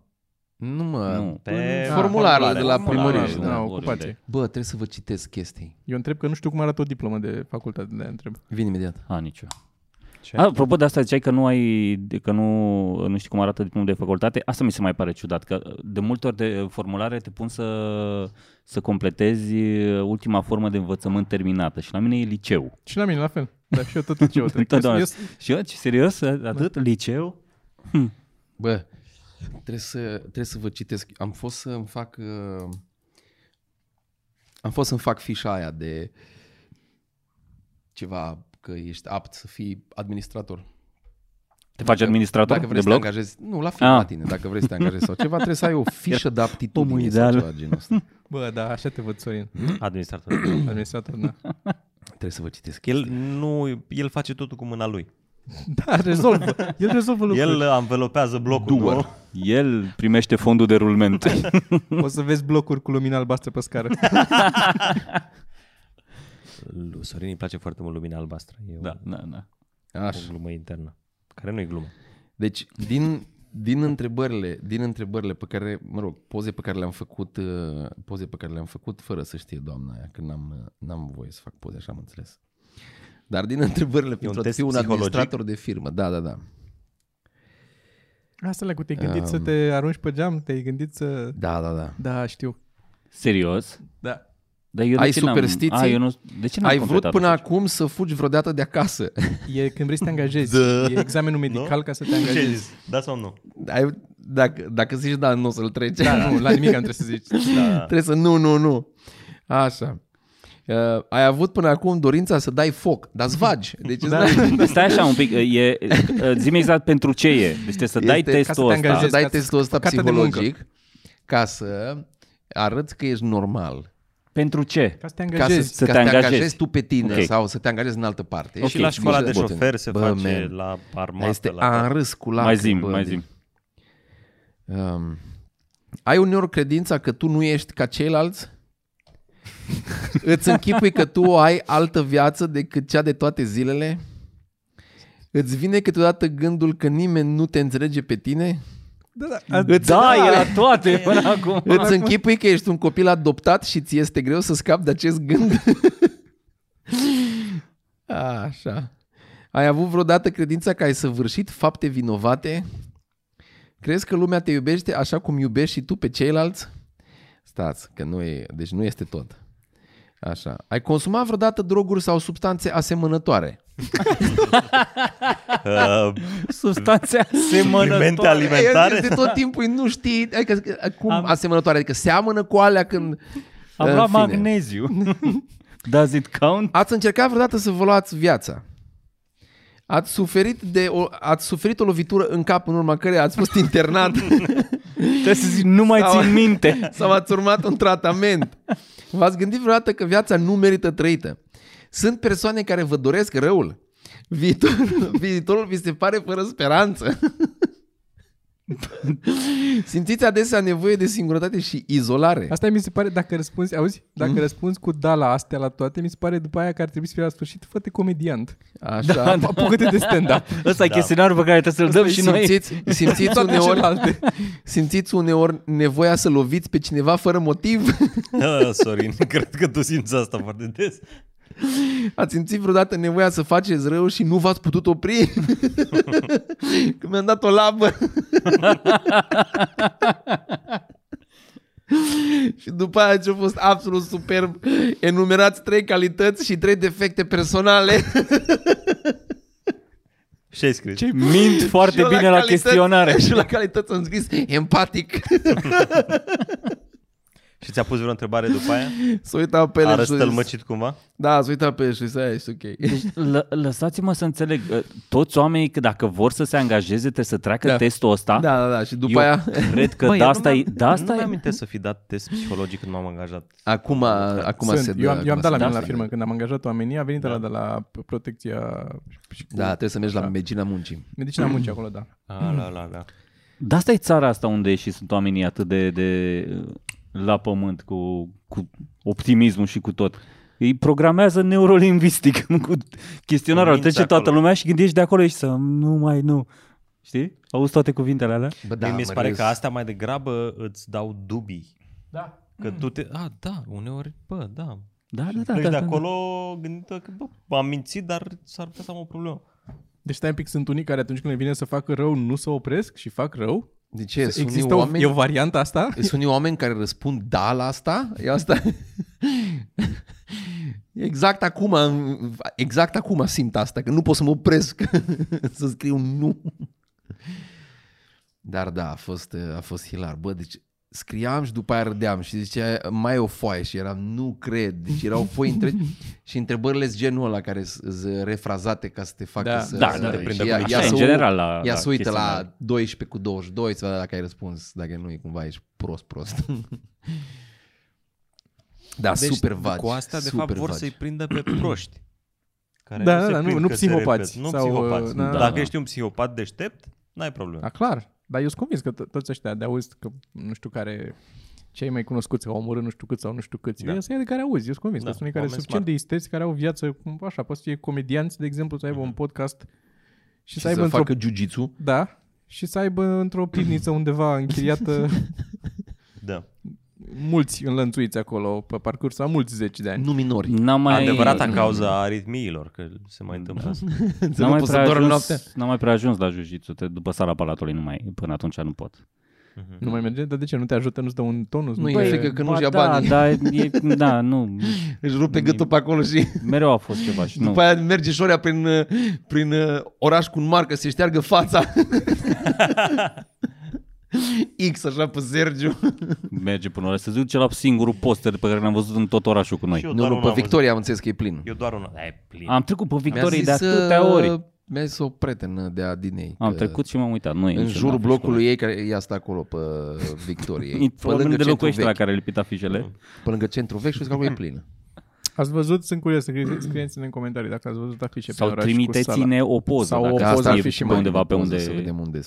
Speaker 1: Nu mă,
Speaker 3: Nu.
Speaker 4: Da. Pe...
Speaker 2: Ah,
Speaker 1: formularul de la
Speaker 3: formulare.
Speaker 1: primărie.
Speaker 3: Formularul,
Speaker 1: da.
Speaker 2: Da,
Speaker 3: oriunde.
Speaker 2: ocupație.
Speaker 1: Bă, trebuie să vă citesc chestii.
Speaker 2: Eu întreb că nu știu cum arată o diplomă de facultate, de întreb.
Speaker 1: Vin imediat.
Speaker 3: A, nicio.
Speaker 4: Ce?
Speaker 3: A, apropo de asta, ziceai că nu ai, de- că nu, nu știi cum arată diplomul de facultate. Asta mi se mai pare ciudat, că de multe ori de formulare te pun să, să completezi ultima formă de învățământ terminată și la mine e liceu.
Speaker 2: Și la mine, la fel. Dar și eu tot
Speaker 3: <laughs>
Speaker 2: ce eu trec.
Speaker 3: Întotdeauna.
Speaker 2: Eu-
Speaker 3: Și eu, ce serios? Atât?
Speaker 1: Da.
Speaker 3: Liceu?
Speaker 1: Bă, trebuie să, trebuie să vă citesc. Am fost să îmi fac... uh, Am fost să-mi fac fișa aia de ceva că ești apt să fii administrator.
Speaker 3: Te faci administrator
Speaker 1: Dacă vrei
Speaker 3: de
Speaker 1: să te
Speaker 3: blog?
Speaker 1: angajezi, nu, la film
Speaker 3: Ah.
Speaker 1: la tine, dacă vrei să te angajezi sau ceva, trebuie să ai o fișă de
Speaker 3: Omul
Speaker 1: aptitudine sau
Speaker 3: ideal.
Speaker 1: ceva genul ăsta.
Speaker 2: Bă, da, așa te văd, Sorin.
Speaker 4: Administrator.
Speaker 2: Administrator, da.
Speaker 1: Trebuie să vă citesc.
Speaker 4: <clears throat> El, nu, el face totul cu mâna lui.
Speaker 2: Da, rezolvă. El rezolvă lucruri.
Speaker 4: El anvelopează blocul,
Speaker 1: deci- Doer.
Speaker 4: nu?
Speaker 3: El primește fondul de
Speaker 1: <laughs>
Speaker 3: rulment.
Speaker 2: O să vezi blocuri cu lumina albastră pe scară.
Speaker 4: Lui Sorin îi place foarte mult lumina albastră. E o,
Speaker 3: da, da, da.
Speaker 4: o
Speaker 1: Așa.
Speaker 4: glumă internă, care nu e glumă.
Speaker 1: Deci, din, din, întrebările, din întrebările pe care, mă rog, poze pe care le-am făcut, uh, poze pe care le-am făcut fără să știe doamna aia, că n-am, uh, n-am voie să fac poze, așa am înțeles. Dar din întrebările pentru a
Speaker 4: test
Speaker 1: fi un
Speaker 4: psihologic?
Speaker 1: administrator de firmă, da, da, da.
Speaker 2: Asta le cu te-ai gândit să
Speaker 1: Um.
Speaker 2: te arunci pe geam, te-ai gândit să...
Speaker 1: Da, da, da.
Speaker 2: Da, știu.
Speaker 3: Serios?
Speaker 2: Da.
Speaker 3: Dar eu
Speaker 1: Ai
Speaker 3: de ce n-am-
Speaker 1: superstiții?
Speaker 3: A, eu nu, de ce n-am
Speaker 1: Ai vrut
Speaker 3: completat
Speaker 1: până
Speaker 3: atunci?
Speaker 1: acum să fugi vreodată de acasă. <laughs>
Speaker 2: E când vrei să te angajezi.
Speaker 4: Da.
Speaker 2: E examenul medical ca să te
Speaker 4: Ce ai
Speaker 2: angajezi.
Speaker 4: zis? Da sau nu?
Speaker 1: Ai, dacă, dacă zici da, <laughs> nu o să-l trece.
Speaker 2: Da, nu, la nimic am trebuie să zici.
Speaker 1: <laughs>
Speaker 4: Da.
Speaker 1: Trebuie să nu, nu, nu. Așa. Uh, ai avut până acum dorința să dai foc, dar zvagi. Deci da.
Speaker 3: Stai așa un pic, e, zi-mi exact pentru ce e. Deci trebuie să dai
Speaker 1: Este ca să
Speaker 3: testul
Speaker 2: te
Speaker 3: ăsta.
Speaker 2: angajezi.
Speaker 1: să dai
Speaker 2: ca să-
Speaker 1: testul ăsta
Speaker 2: cartea de muncă.
Speaker 1: psihologic ca să arăți că ești normal.
Speaker 3: Pentru ce?
Speaker 2: Ca să te
Speaker 1: Ca să,
Speaker 2: angajezi.
Speaker 1: să
Speaker 3: te
Speaker 1: te, angajezi.
Speaker 3: angajezi.
Speaker 1: tu pe tine
Speaker 3: Ok.
Speaker 1: okay. sau să te angajezi în altă parte.
Speaker 3: Ok,
Speaker 4: Și la școala de
Speaker 1: mișto.
Speaker 4: șofer se
Speaker 1: Bă,
Speaker 4: face
Speaker 1: man,
Speaker 4: la
Speaker 1: dar
Speaker 4: armată.
Speaker 1: Este
Speaker 4: la...
Speaker 1: a râs cu lacrimi,
Speaker 3: Mai zim,
Speaker 1: bă,
Speaker 3: mai
Speaker 1: deci,
Speaker 3: zim.
Speaker 1: Um, ai uneori credința că tu nu ești ca ceilalți? Îți închipui că tu ai altă viață decât cea de toate zilele? Îți vine câteodată gândul că nimeni nu te înțelege pe tine?
Speaker 2: Da, da.
Speaker 1: Îți,
Speaker 3: Da, e la toate până acum.
Speaker 1: Îți închipui că ești un copil adoptat și ți este greu să scapi de acest gând? <laughs> Așa. Ai avut vreodată credința că ai săvârșit fapte vinovate? Crezi că lumea te iubește așa cum iubești și tu pe ceilalți? Stați, că nu e, deci nu este tot. Așa. Ai consumat vreodată droguri sau substanțe asemănătoare?
Speaker 4: Uh,
Speaker 1: <laughs>
Speaker 3: Substanțe
Speaker 4: suplimente
Speaker 3: asemănătoare.
Speaker 1: Eu zic,
Speaker 4: alimentare? <laughs>
Speaker 1: De tot timpul nu știi, adică, cum Am... asemănătoare, adică seamănă cu alea când...
Speaker 3: Am
Speaker 1: În
Speaker 3: luat
Speaker 1: fine. <laughs>
Speaker 3: magneziu. Does it count?
Speaker 1: Ați încercat vreodată să vă luați viața? Ați suferit, de o, ați suferit o lovitură în cap în urma care ați fost internat
Speaker 3: Trebuie să zici, nu mai
Speaker 1: Sau-
Speaker 3: țin minte.
Speaker 1: sau ați urmat un tratament. V-ați gândit vreodată că viața nu merită trăită. Sunt persoane care vă doresc răul. Viitorul, viitorul vi se pare fără speranță. Simțiți adesea nevoie de singurătate și izolare.
Speaker 2: Asta mi se pare, dacă răspunzi, auzi? Dacă mm. răspunzi cu da la astea, la toate, mi se pare după aia că ar trebui să fie la sfârșit, fă-te comediant.
Speaker 1: Așa.
Speaker 3: Da, da.
Speaker 2: Apucă-te de stand-up.
Speaker 3: Ăsta e
Speaker 4: Da.
Speaker 3: chestionarul pe care trebuie să-l dăm și noi.
Speaker 1: simțiți, <laughs> simțiți,
Speaker 2: Păi Toate
Speaker 1: uneori,
Speaker 2: celelalte.
Speaker 1: <laughs> simțiți uneori nevoia să loviți pe cineva fără motiv? <laughs>
Speaker 4: Ah, Sorin, <laughs> cred că tu simți asta foarte des.
Speaker 1: Ați simțit vreodată nevoia să faceți rău și nu v-ați putut opri? <laughs> Când mi-am dat o labă. <laughs> și după aia ce a fost absolut superb, enumerați trei calități și trei defecte personale.
Speaker 4: Și ai scris. Ce?
Speaker 3: Mint
Speaker 1: Și
Speaker 3: <laughs> foarte
Speaker 1: eu
Speaker 3: bine la
Speaker 1: calități-
Speaker 3: chestionare.
Speaker 1: <laughs> Și la calități am scris empatic. <laughs>
Speaker 4: Și ți-a pus vreo întrebare după
Speaker 1: <laughs>
Speaker 4: aia?
Speaker 1: S-a uitat pe el
Speaker 4: Arăți
Speaker 1: și a Păi zis,
Speaker 4: tălmăcit cumva?
Speaker 1: Da, s-a uitat pe el și a zis, "Aia, ești ok.
Speaker 3: Deci, lă- lăsați-mă să înțeleg, uh, toți oamenii că dacă vor să se angajeze trebuie să treacă
Speaker 1: Da.
Speaker 3: testul ăsta.
Speaker 1: Da, da, da. Și după
Speaker 3: Eu
Speaker 1: aia,
Speaker 3: cred că
Speaker 4: Băi,
Speaker 3: de
Speaker 4: eu
Speaker 3: asta
Speaker 4: nu
Speaker 3: e...
Speaker 4: mi-am-
Speaker 3: De asta
Speaker 4: Nu
Speaker 3: e...
Speaker 4: mi-am să fi dat test psihologic când m-am angajat.
Speaker 1: acum, <laughs> acum se
Speaker 2: Sunt.
Speaker 1: dă.
Speaker 2: Eu am,
Speaker 1: acum
Speaker 2: eu am
Speaker 1: se
Speaker 2: dat la
Speaker 1: dă.
Speaker 2: mine la firmă când am angajat oamenii, a venit ăla de la protecția și-
Speaker 1: Da, trebuie să mergi la medicina muncii.
Speaker 2: medicina
Speaker 1: <clears throat>
Speaker 2: muncii acolo, da.
Speaker 4: A, Ah, la, la, la.
Speaker 3: De asta e țara asta unde și sunt oamenii atât de, de uh, la pământ cu, cu optimismul și cu tot. Îi programează neurolingvistic <laughs> cu chestionarul.
Speaker 4: Convința
Speaker 3: Trece toată
Speaker 4: acolo.
Speaker 3: lumea și când ești de acolo ești să nu mai nu. Știi? Auzi toate cuvintele alea?
Speaker 1: Bă,
Speaker 4: Da, mi se pare
Speaker 1: râs.
Speaker 4: că astea mai degrabă îți dau dubii. Da. Că tu te... A, da, uneori, bă, da.
Speaker 3: Da, da, da.
Speaker 4: Pleci
Speaker 3: da,
Speaker 4: de
Speaker 3: da.
Speaker 4: acolo gândindu că, bă, am mințit, dar s-ar putea să am o problemă.
Speaker 2: Deci stai un pic, sunt unii care atunci când le vine să facă rău, nu se opresc și fac rău.
Speaker 1: De ce? Sunt unii
Speaker 2: Există o,
Speaker 1: oameni...
Speaker 2: e o variantă asta?
Speaker 1: Sunt unii oameni care răspund da la asta? E asta? Exact acum, exact acum simt asta, că nu pot să mă opresc <laughs> să scriu nu. Dar da, a fost, a fost hilar. Bă, deci scriam și după aia râdeam și zicea mai e o foaie și eram nu cred. Deci erau foi întregi și întrebările sunt genul ăla care sunt refrazate ca să te facă
Speaker 2: Da.
Speaker 1: să...
Speaker 3: Da,
Speaker 1: să
Speaker 3: da, te
Speaker 1: și
Speaker 4: prinde
Speaker 1: ea-
Speaker 4: cu-
Speaker 1: ea
Speaker 3: Așa,
Speaker 1: să
Speaker 3: în
Speaker 1: o-
Speaker 3: general la
Speaker 1: Ia
Speaker 3: la
Speaker 1: să uită
Speaker 3: chestionare.
Speaker 1: la 12 cu 22 să vadă dacă ai răspuns, dacă nu e cumva ești prost, prost. <laughs> da,
Speaker 4: Deci,
Speaker 1: super vagi.
Speaker 4: Cu asta, de
Speaker 1: super
Speaker 4: fapt, vor
Speaker 1: vagi.
Speaker 4: să-i prindă pe <clears throat> proști. Care
Speaker 2: Da, da,
Speaker 4: se
Speaker 2: da, nu-
Speaker 4: prind
Speaker 2: nu
Speaker 4: că se
Speaker 2: psihopați
Speaker 4: repet. Nu
Speaker 2: sau,
Speaker 4: psihopați.
Speaker 2: uh, na-
Speaker 4: Dacă
Speaker 3: da.
Speaker 4: ești un psihopat deștept, n-ai probleme.
Speaker 2: Da, clar. Dar eu sunt convins că to- toți ăștia de auzi că nu știu care cei mai cunoscuți au omorât nu știu cât sau nu știu câți. Da.
Speaker 4: Da.
Speaker 2: Eu sunt de care auzi, eu sunt convins. Da.
Speaker 4: Da,
Speaker 2: Că sunt unii care
Speaker 4: oameni
Speaker 2: sunt suficient de isteți, care au viață, cum- așa, poți să fie comedianți, de exemplu, să aibă un podcast
Speaker 1: și
Speaker 2: și, să
Speaker 1: să,
Speaker 2: aibă
Speaker 1: să
Speaker 2: într-o...
Speaker 1: facă jiu-jitsu.
Speaker 2: Da, și să aibă într-o pivniță undeva închiriată
Speaker 4: Da.
Speaker 2: mulți înlănțuiți acolo pe parcurs, a mulți zeci de ani.
Speaker 1: Nu minori.
Speaker 2: Mm.
Speaker 3: N-am mai... <clears throat>
Speaker 4: Adevărata cauza aritmiilor, că se mai întâmplă asta.
Speaker 3: N-am
Speaker 1: nu
Speaker 3: mai,
Speaker 1: poți
Speaker 3: prea
Speaker 1: să dormi noaptea.
Speaker 3: ajuns, n-am mai prea ajuns la jiu-jitsu, te- după sala palatului nu mai, până atunci nu pot.
Speaker 2: Nu mai merge? Dar de ce? Nu te ajută? Nu-ți dă un tonus?
Speaker 1: Nu-i
Speaker 2: te-
Speaker 1: e frică că
Speaker 3: Ba
Speaker 1: nu-și ia
Speaker 3: da,
Speaker 1: banii.
Speaker 3: Da, e, da, nu,
Speaker 1: Își rupe gâtul pe acolo și <laughs>
Speaker 3: mereu a fost ceva și nu.
Speaker 1: după aia merge șorea prin, uh, prin uh, oraș cu un marcă, se șteargă <laughs> fața. X așa pe Sergiu.
Speaker 3: Merge până ora. Să zic la singurul poster pe care l-am văzut în tot orașul cu
Speaker 4: Și
Speaker 3: noi.
Speaker 4: eu
Speaker 1: Nu,
Speaker 4: doar
Speaker 1: nu,
Speaker 4: una
Speaker 1: pe
Speaker 4: am
Speaker 1: Victoria am înțeles că e plin.
Speaker 4: văzut. Eu doar una. Da, e plin.
Speaker 3: Am trecut pe
Speaker 1: Mi-a
Speaker 3: Victoria de
Speaker 1: zis,
Speaker 3: atâtea
Speaker 1: uh,
Speaker 3: ori.
Speaker 1: Mi-a zis o prietenă de Adinei.
Speaker 3: Am
Speaker 1: că-
Speaker 3: trecut și m-am uitat. Nu e
Speaker 1: În
Speaker 3: niciun
Speaker 1: jurul
Speaker 3: afiș cu ăla.
Speaker 1: blocului ei, care ea stă acolo pe
Speaker 3: <laughs>
Speaker 1: Victoriei,
Speaker 3: E
Speaker 1: pe
Speaker 3: Oamenii
Speaker 1: lângă,
Speaker 3: de
Speaker 1: centru
Speaker 3: locuiește la Mm.
Speaker 1: vechi,
Speaker 3: care lipit afișele.
Speaker 1: pe lângă centru vechi și că acolo e plină.
Speaker 2: Ați văzut? Sunt curios. Scrie- Scrieți-ne în comentarii dacă ați văzut afișe
Speaker 3: Sau
Speaker 2: pe oraș cu sala.
Speaker 3: trimiteți-ne o poză.
Speaker 2: Sau
Speaker 3: dacă
Speaker 2: o poză
Speaker 3: asta
Speaker 1: ar
Speaker 3: e
Speaker 1: fi
Speaker 2: și
Speaker 3: pe
Speaker 2: mai
Speaker 3: undeva pe
Speaker 1: Poză
Speaker 3: unde...
Speaker 1: Să vedem unde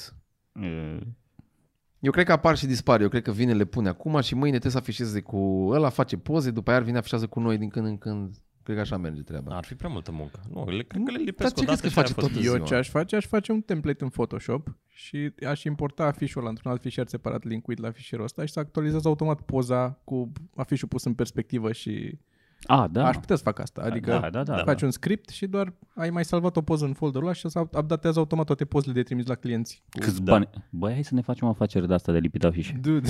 Speaker 1: Eu cred că apar și dispar. Eu cred că vine, le pune acum și mâine trebuie să afișeze cu ăla, face poze, după aia vine afișează cu noi din când în când. Cred că așa merge treaba.
Speaker 4: Ar fi prea multă muncă. Nu, le, cred că le lipesc
Speaker 1: ce
Speaker 4: o
Speaker 1: crezi
Speaker 4: dată
Speaker 1: că
Speaker 4: și aia a
Speaker 1: face
Speaker 4: fost.
Speaker 1: tot
Speaker 2: Eu
Speaker 1: ziua?
Speaker 2: ce aș face? Aș face un template în Photoshop și aș importa afișul ăla într-un alt fișier separat linkuit la fișierul ăsta și să actualizez automat poza cu afișul pus în perspectivă și
Speaker 3: A,
Speaker 2: da.
Speaker 3: da.
Speaker 2: aș putea să fac asta. Adică
Speaker 3: da, da, da,
Speaker 2: faci
Speaker 3: da.
Speaker 2: un script și doar ai mai salvat o poză în folderul ăla și să updatează automat toate pozele de trimis la clienți.
Speaker 3: Câți bani... Da. Băi, hai să ne facem o afacere de asta de lipit afișe.
Speaker 2: Dude,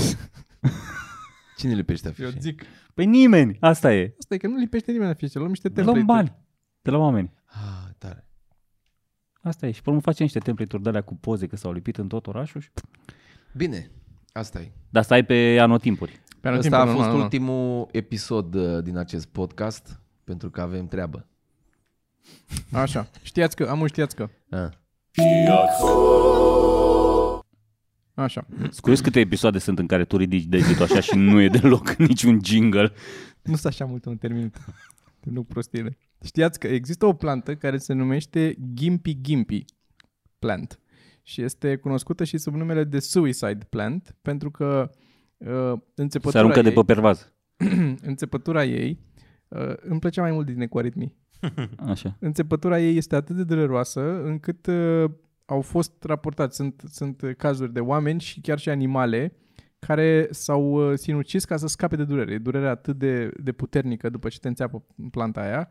Speaker 1: Cine le pește
Speaker 2: <laughs> eu
Speaker 1: afișe?
Speaker 2: zic.
Speaker 3: Păi nimeni, asta e.
Speaker 2: Asta e că nu lipește nimeni afișe, luăm niște template.
Speaker 3: Luăm bani de la oameni.
Speaker 1: Ah, tare.
Speaker 3: Asta e. Și pe urmă facem niște template-uri de alea cu poze că s-au lipit în tot orașul. Și...
Speaker 1: Bine, asta e.
Speaker 3: Dar stai pe anotimpuri.
Speaker 2: Pe
Speaker 1: Asta a
Speaker 2: anotimp,
Speaker 1: fost
Speaker 2: nu, nu, nu.
Speaker 1: ultimul episod uh, din acest podcast, pentru că avem treabă.
Speaker 2: Așa. Știați că, am un știați că.
Speaker 1: Ah.
Speaker 2: Așa.
Speaker 3: Scuiesc câte episoade sunt în care tu ridici degetul așa și nu e deloc <laughs> niciun jingle.
Speaker 2: Nu sunt așa mult un termin. Nu prostire. Știați că există o plantă care se numește Gimpy Gimpy plant și este cunoscută și sub numele de suicide plant pentru că uh,
Speaker 3: Se
Speaker 2: înțepătura,
Speaker 3: aruncă
Speaker 2: ei,
Speaker 3: de pe pervaz.
Speaker 2: înțepătura ei uh, îmi plăcea mai mult din ecoaritmii.
Speaker 3: Așa.
Speaker 2: Înțepătura ei este atât de dureroasă încât uh, au fost raportați, sunt, sunt uh, cazuri de oameni și chiar și animale care s-au uh, sinucis ca să scape de durere. E durerea atât de, de puternică după ce te înțeapă planta aia,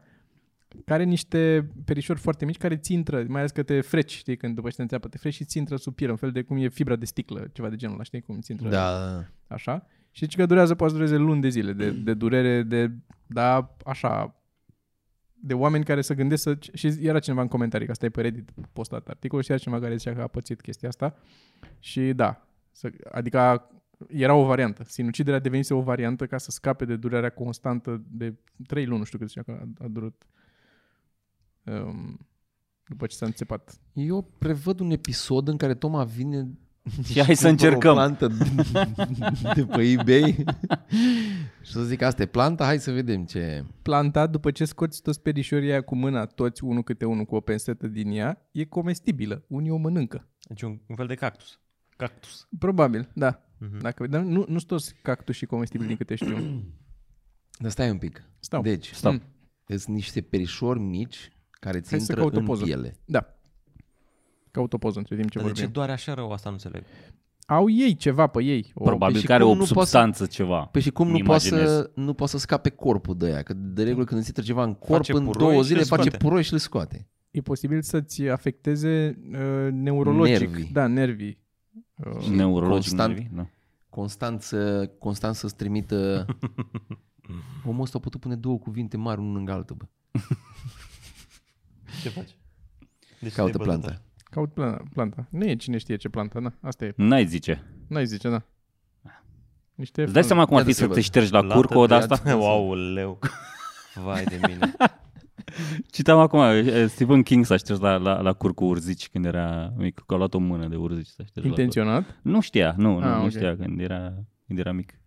Speaker 2: care niște perișori foarte mici care ți intră, mai ales că te freci, știi, când după ce te înțeapă, te freci și ți intră sub piele, un fel de cum e fibra de sticlă, ceva de genul ăla, știi, cum ți intră
Speaker 1: Da.
Speaker 2: așa. Și zici că durează, poate să dureze luni de zile, de, de durere, de, da, așa, de oameni care se gândesc să... Și era cineva în comentarii, că asta e pe Reddit postat articol, și era cineva care zicea că a pățit chestia asta. Și da, să, adică a- era o variantă. Sinuciderea devenise o variantă ca să scape de durerea constantă de 3 luni, nu știu cât zicea că a, a durat. Um, după ce s-a înțepat.
Speaker 1: Eu prevăd un episod în care Toma vine
Speaker 3: Și hai să
Speaker 1: cumpără
Speaker 3: încercăm.
Speaker 1: O plantă <laughs> de pe eBay <laughs> și să zic, asta e planta, hai să vedem ce...
Speaker 2: planta, după ce scoți toți perișorii aia cu mâna, toți unul câte unul cu o pensetă din ea, e comestibilă. Unii o mănâncă.
Speaker 4: Deci un, un fel de cactus. Cactus.
Speaker 2: Probabil, da. Uh-huh. Dacă, dar nu, nu sunt toți cactusii comestibili din câte știu.
Speaker 1: Dar stai un pic.
Speaker 2: <clears throat> Stau.
Speaker 1: Deci,
Speaker 3: Stau.
Speaker 4: Hmm.
Speaker 1: Mm. sunt niște perișori mici care ți
Speaker 2: Hai să
Speaker 1: intră
Speaker 2: caut o
Speaker 1: în
Speaker 2: poză.
Speaker 1: piele.
Speaker 2: Da. Deci- Caut o poză între timp ce
Speaker 4: Dar de ce
Speaker 2: vorbim.
Speaker 4: doare așa rău asta, nu înțeleg.
Speaker 2: Au ei ceva pe ei. O,
Speaker 3: Probabil
Speaker 1: și
Speaker 3: că are
Speaker 1: cum
Speaker 3: o
Speaker 1: nu poți-
Speaker 3: substanță ceva.
Speaker 1: Păi și cum nu
Speaker 3: Îmi
Speaker 1: poate,
Speaker 3: imaginez.
Speaker 1: să, nu poate să scape corpul de aia? Că de regulă când îți intră ceva în corp,
Speaker 4: Hmm. Face
Speaker 1: în
Speaker 4: puroi
Speaker 1: două
Speaker 4: și
Speaker 1: zile
Speaker 4: le
Speaker 1: face
Speaker 4: scoate.
Speaker 1: puroi și le scoate.
Speaker 2: E posibil să-ți afecteze uh, neurologic.
Speaker 1: Nervii.
Speaker 2: Da, nervii. Uh,
Speaker 1: Și
Speaker 3: Neurologic.
Speaker 1: constant-
Speaker 3: nervii, Da.
Speaker 1: Constant să, constant să-ți
Speaker 3: <laughs>
Speaker 1: trimită... Omul ăsta a putut pune două cuvinte mari unul lângă altul, bă.
Speaker 4: Ce faci? Deci
Speaker 1: Caută
Speaker 4: te-ai bătut
Speaker 1: planta.
Speaker 2: caut planta, planta. Nu e cine știe ce planta, da. Asta e.
Speaker 3: N-ai zice.
Speaker 2: N-ai zice, da. Niște
Speaker 3: Îți dai
Speaker 2: plante.
Speaker 3: seama cum ar fi
Speaker 1: Ia să
Speaker 3: să
Speaker 1: văd.
Speaker 3: te ștergi la
Speaker 4: Lată
Speaker 3: cur cu o de
Speaker 4: tăiată.
Speaker 3: asta?
Speaker 4: <laughs> Wow, leu. Vai de mine.
Speaker 3: Citam acum, eh, Stephen King s-a șters la, la, la cur cu urzici când era mic, că a luat o mână de urzici s-a șters la cur.
Speaker 2: Intenționat.
Speaker 3: Nu știa, nu, nu,
Speaker 2: Ah,
Speaker 3: nu
Speaker 2: ok.
Speaker 3: știa când era, când era mic. Deci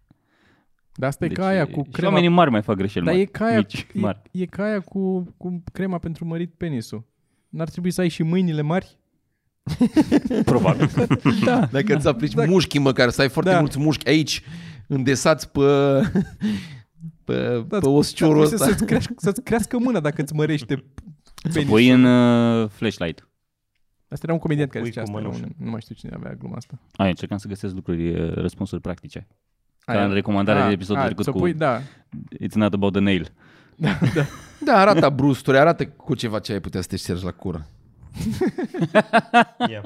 Speaker 2: Dar asta Deci e Păi ca aia cu
Speaker 3: Și
Speaker 2: crema
Speaker 3: oamenii mari mai fac greșeli
Speaker 2: Dar
Speaker 3: mari.
Speaker 2: e ca aia,
Speaker 3: mici, mari.
Speaker 2: e, e ca aia cu, cu crema pentru mărit penisul. N-ar trebui să ai și mâinile mari?
Speaker 3: Probabil.
Speaker 2: Da.
Speaker 1: Dacă îți aplici
Speaker 2: Dacă-
Speaker 1: mușchii măcar, să ai foarte
Speaker 2: Da.
Speaker 1: mulți mușchi aici îndesați pe, pe,
Speaker 2: Da,
Speaker 1: pe osciorul
Speaker 2: Să,
Speaker 1: ăsta.
Speaker 2: să-ți, crească, să-ți crească mâna dacă îți
Speaker 3: <laughs>
Speaker 2: mărește penisul.
Speaker 3: Pui în uh, flashlight.
Speaker 2: Asta era un comedian care
Speaker 4: Pui
Speaker 2: zicea
Speaker 4: cu
Speaker 2: asta. era
Speaker 4: mânușă.
Speaker 2: un- Nu mai știu cine avea gluma asta.
Speaker 3: Ai, încercam să găsesc lucruri, eh, răspunsuri practice. Ca în recomandarea de episodul trecut
Speaker 2: Ah, să
Speaker 3: cu
Speaker 2: pui, da.
Speaker 3: It's not about the nail.
Speaker 1: Da, arată brusturi, arată cu ceva ce ai putea să te ștergi la cură.
Speaker 4: <laughs> Ia.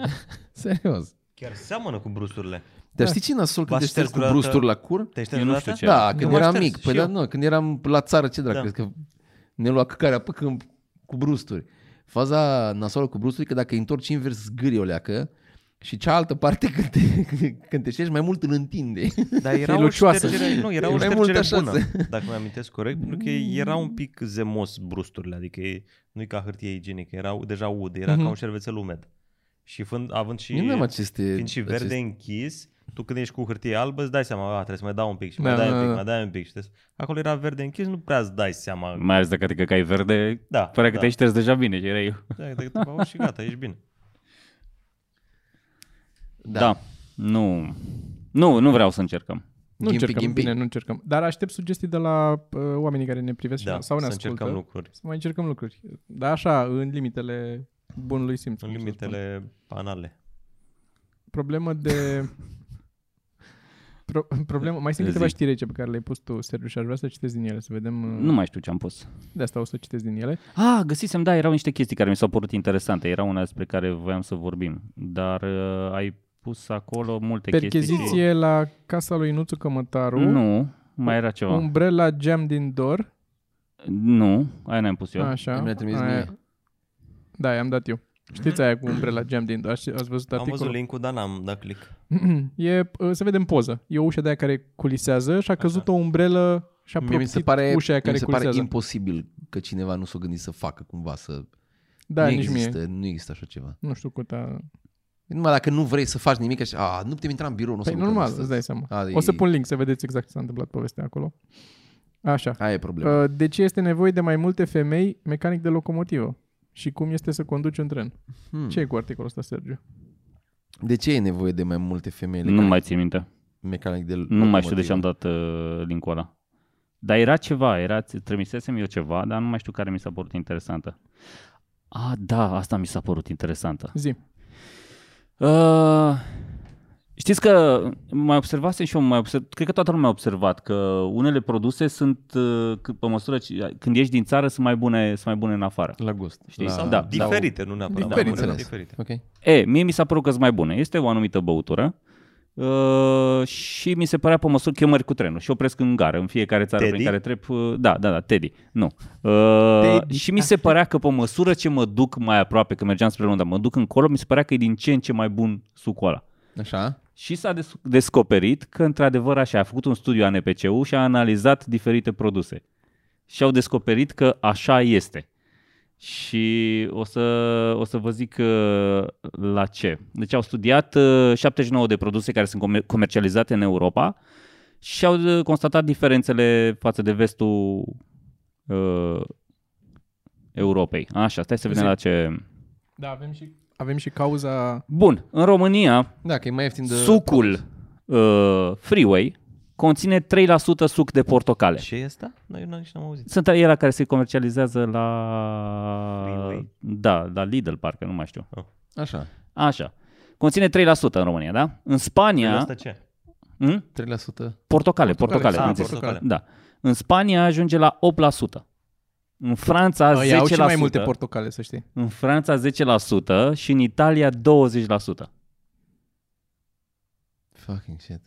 Speaker 1: Serios.
Speaker 4: Chiar seamănă cu brusturile.
Speaker 1: Dar știi ce nasol când
Speaker 4: V-ați
Speaker 1: te ștergi cu
Speaker 4: șters vreodată-
Speaker 1: brusturi la cură?
Speaker 4: Te-ai șters
Speaker 3: Eu nu
Speaker 4: vreodată?
Speaker 3: știu ce.
Speaker 1: Da,
Speaker 4: Nu
Speaker 1: când
Speaker 4: m-aș
Speaker 1: eram
Speaker 4: șters,
Speaker 1: mic. Păi
Speaker 4: și
Speaker 1: da,
Speaker 4: eu.
Speaker 1: nu, când eram la țară, ce dracu,
Speaker 4: Da.
Speaker 1: crezi că ne lua căcarea pe când cu brusturi. Faza nasolă cu brusturi e că dacă îi întorci invers zgârie o leacă și cealaltă parte <laughs> când te, când te ștergi mai mult îl întinde.
Speaker 4: Dar era
Speaker 2: E
Speaker 4: o
Speaker 2: lucioasă.
Speaker 4: ștergere, nu, era
Speaker 1: E
Speaker 4: o
Speaker 1: mai mult
Speaker 4: ștergere
Speaker 1: așa
Speaker 4: bună, dacă mi amintesc corect, pentru că era un pic zemos brusturile, adică e- nu-i ca hârtie igienică, era deja ud, era
Speaker 1: Mhm.
Speaker 4: ca un șervețel umed. Și fând, având și,
Speaker 1: Nu mai am aceste...
Speaker 4: fiind și verde
Speaker 1: aceste-
Speaker 4: închis, tu când ești cu hârtie albă îți dai seama, a, trebuie să mai dau un pic și mai
Speaker 2: Da,
Speaker 4: dai
Speaker 2: da,
Speaker 4: un pic,
Speaker 2: da.
Speaker 4: mai dai un pic. Și trebuie să- Acolo era verde închis, nu prea îți dai seama.
Speaker 3: Mai ales dacă te căcai verde,
Speaker 4: Da,
Speaker 3: părea că
Speaker 4: da.
Speaker 3: te-ai șters deja bine și erai...
Speaker 4: Da, dacă te bau și gata, ești bine.
Speaker 3: Da. da. Nu. Nu, nu vreau să încercăm.
Speaker 2: Nu
Speaker 1: Gimpi,
Speaker 2: încercăm,
Speaker 1: gimpi.
Speaker 2: bine, nu încercăm. Dar aștept sugestii de la uh, oamenii care ne privesc și
Speaker 4: Da,
Speaker 2: ne- sau ne
Speaker 4: să
Speaker 2: ascultă.
Speaker 4: încercăm lucruri.
Speaker 2: Să mai încercăm lucruri. Dar așa, în limitele bunului simț.
Speaker 4: În
Speaker 2: cum să spun.
Speaker 4: limitele anale.
Speaker 2: Problemă
Speaker 1: <laughs>
Speaker 2: de... Pro- problemă, mai sunt
Speaker 3: Zi.
Speaker 2: câteva știri aici pe care le-ai pus tu, Sergiu, și aș vrea să citesc din ele, să vedem... uh,
Speaker 3: Nu mai știu ce am pus.
Speaker 2: De asta o să citesc din ele.
Speaker 3: Ah, găsisem, da, erau niște chestii care mi s-au părut interesante. Era una despre care voiam să vorbim. Dar uh, ai pus acolo multe chestii.
Speaker 2: Percheziție la casa lui Nuțu
Speaker 3: și-
Speaker 2: Cămătaru.
Speaker 3: Nu, mai era ceva.
Speaker 2: Umbrela geam din dor.
Speaker 3: Nu, aia n-am pus eu.
Speaker 2: Așa.
Speaker 1: Mi-a trimis
Speaker 2: Aia-
Speaker 1: mie.
Speaker 2: Da, i-am dat eu. Știți aia cu umbrela geam din dor? Ați ați văzut
Speaker 4: Am văzut
Speaker 2: articolul?
Speaker 4: link-ul, dar n-am dat click.
Speaker 2: <clears throat> E, uh, se vede în poză. E o ușă de aia care culisează și a căzut o umbrelă și a
Speaker 1: Mie mi se
Speaker 2: proptit
Speaker 1: pare,
Speaker 2: ușa aia
Speaker 1: mi
Speaker 2: care
Speaker 1: se pare
Speaker 2: culisează.
Speaker 1: imposibil că cineva nu s-a gândit să facă cumva să
Speaker 2: Da,
Speaker 1: nu
Speaker 2: nici
Speaker 1: există,
Speaker 2: mie.
Speaker 1: nu există așa ceva.
Speaker 2: Nu știu cât a...
Speaker 1: Numai dacă nu vrei să faci nimic, așa, a, nu putem intra în birou, nu o să
Speaker 2: Păi
Speaker 1: lucrăm
Speaker 2: normal,
Speaker 1: astăzi."
Speaker 2: îți dai seama.
Speaker 1: A,
Speaker 2: O să
Speaker 1: e-
Speaker 2: pun link să vedeți exact ce s-a întâmplat povestea acolo. Așa.
Speaker 1: Aia e problema.
Speaker 2: Uh, De ce este nevoie de mai multe femei mecanic de locomotivă? Și cum este să conduci un tren?
Speaker 1: Hmm.
Speaker 2: Ce e cu articolul ăsta, Sergiu?
Speaker 1: De ce e nevoie de mai multe femei
Speaker 3: Nu
Speaker 1: mecanic,
Speaker 3: mai țin minte.
Speaker 1: mecanic de
Speaker 3: Nu mai știu de ce am dat uh, linkul ăla. Dar era ceva, era, trimisesem eu ceva, dar nu mai știu care mi s-a părut interesantă. A, da, asta mi s-a părut interesantă.
Speaker 2: Zi.
Speaker 3: Uh, știți că mai observasem și eu, mai observ, cred că toată lumea a observat că unele produse sunt, uh, cât- pe măsură, ce- când ieși din țară, sunt mai bune, sunt mai bune în afară.
Speaker 1: La gust.
Speaker 3: Știi,
Speaker 1: la...
Speaker 3: sau-
Speaker 4: Sau
Speaker 3: da,
Speaker 4: diferite, nu neapărat.
Speaker 1: Da, am
Speaker 2: Diferite.
Speaker 1: înțeles.
Speaker 4: diferite.
Speaker 1: Ok.
Speaker 3: E, mie mi s-a părut că sunt mai bune. Este o anumită băutură uh, și mi se părea pe măsură că eu merg cu trenul și opresc în gară, în fiecare țară
Speaker 4: Teddy?
Speaker 3: prin care trec. uh, Da, da, da, Teddy. Nu. Uh,
Speaker 2: Teddy.
Speaker 3: și mi se părea că pe măsură ce mă duc mai aproape, că mergeam spre Londra, mă duc încolo, mi se părea că e din ce în ce mai bun sucul ăla.
Speaker 1: Așa.
Speaker 3: Și s-a des- descoperit că, într-adevăr, așa, a făcut un studiu ANPCU și a analizat diferite produse. Și au descoperit că așa este. Și o să, o să vă zic uh, la ce. Deci au studiat uh, 79 de produse care sunt comer- comercializate în Europa și au uh, constatat diferențele față de vestul uh, Europei. Așa, stai să vedem
Speaker 2: Zi.
Speaker 3: la ce...
Speaker 2: Da, avem și... Avem și cauza...
Speaker 3: Bun, în România,
Speaker 1: Da, că e mai ieftin de...
Speaker 3: Sucul uh, Freeway conține 3% suc de portocale.
Speaker 4: Ce e asta? Noi nu, nici n-am auzit.
Speaker 3: Sunt ele care se comercializează la...
Speaker 4: Freeway?
Speaker 3: Da, la Lidl, parcă, nu mai știu.
Speaker 1: Așa.
Speaker 3: Așa. Conține 3% în România, da? În Spania...
Speaker 4: Asta ce?
Speaker 3: Hmm?
Speaker 1: 3%.
Speaker 3: Portocale, portocale.
Speaker 2: Portocale,
Speaker 3: am
Speaker 4: Ah,
Speaker 3: zis.
Speaker 4: portocale.
Speaker 3: Da. În Spania ajunge la 8%. În Franța 10%.
Speaker 2: Ei au și mai multe portocale, să știi.
Speaker 3: în Franța 10% și în Italia 20%.
Speaker 1: Fucking shit.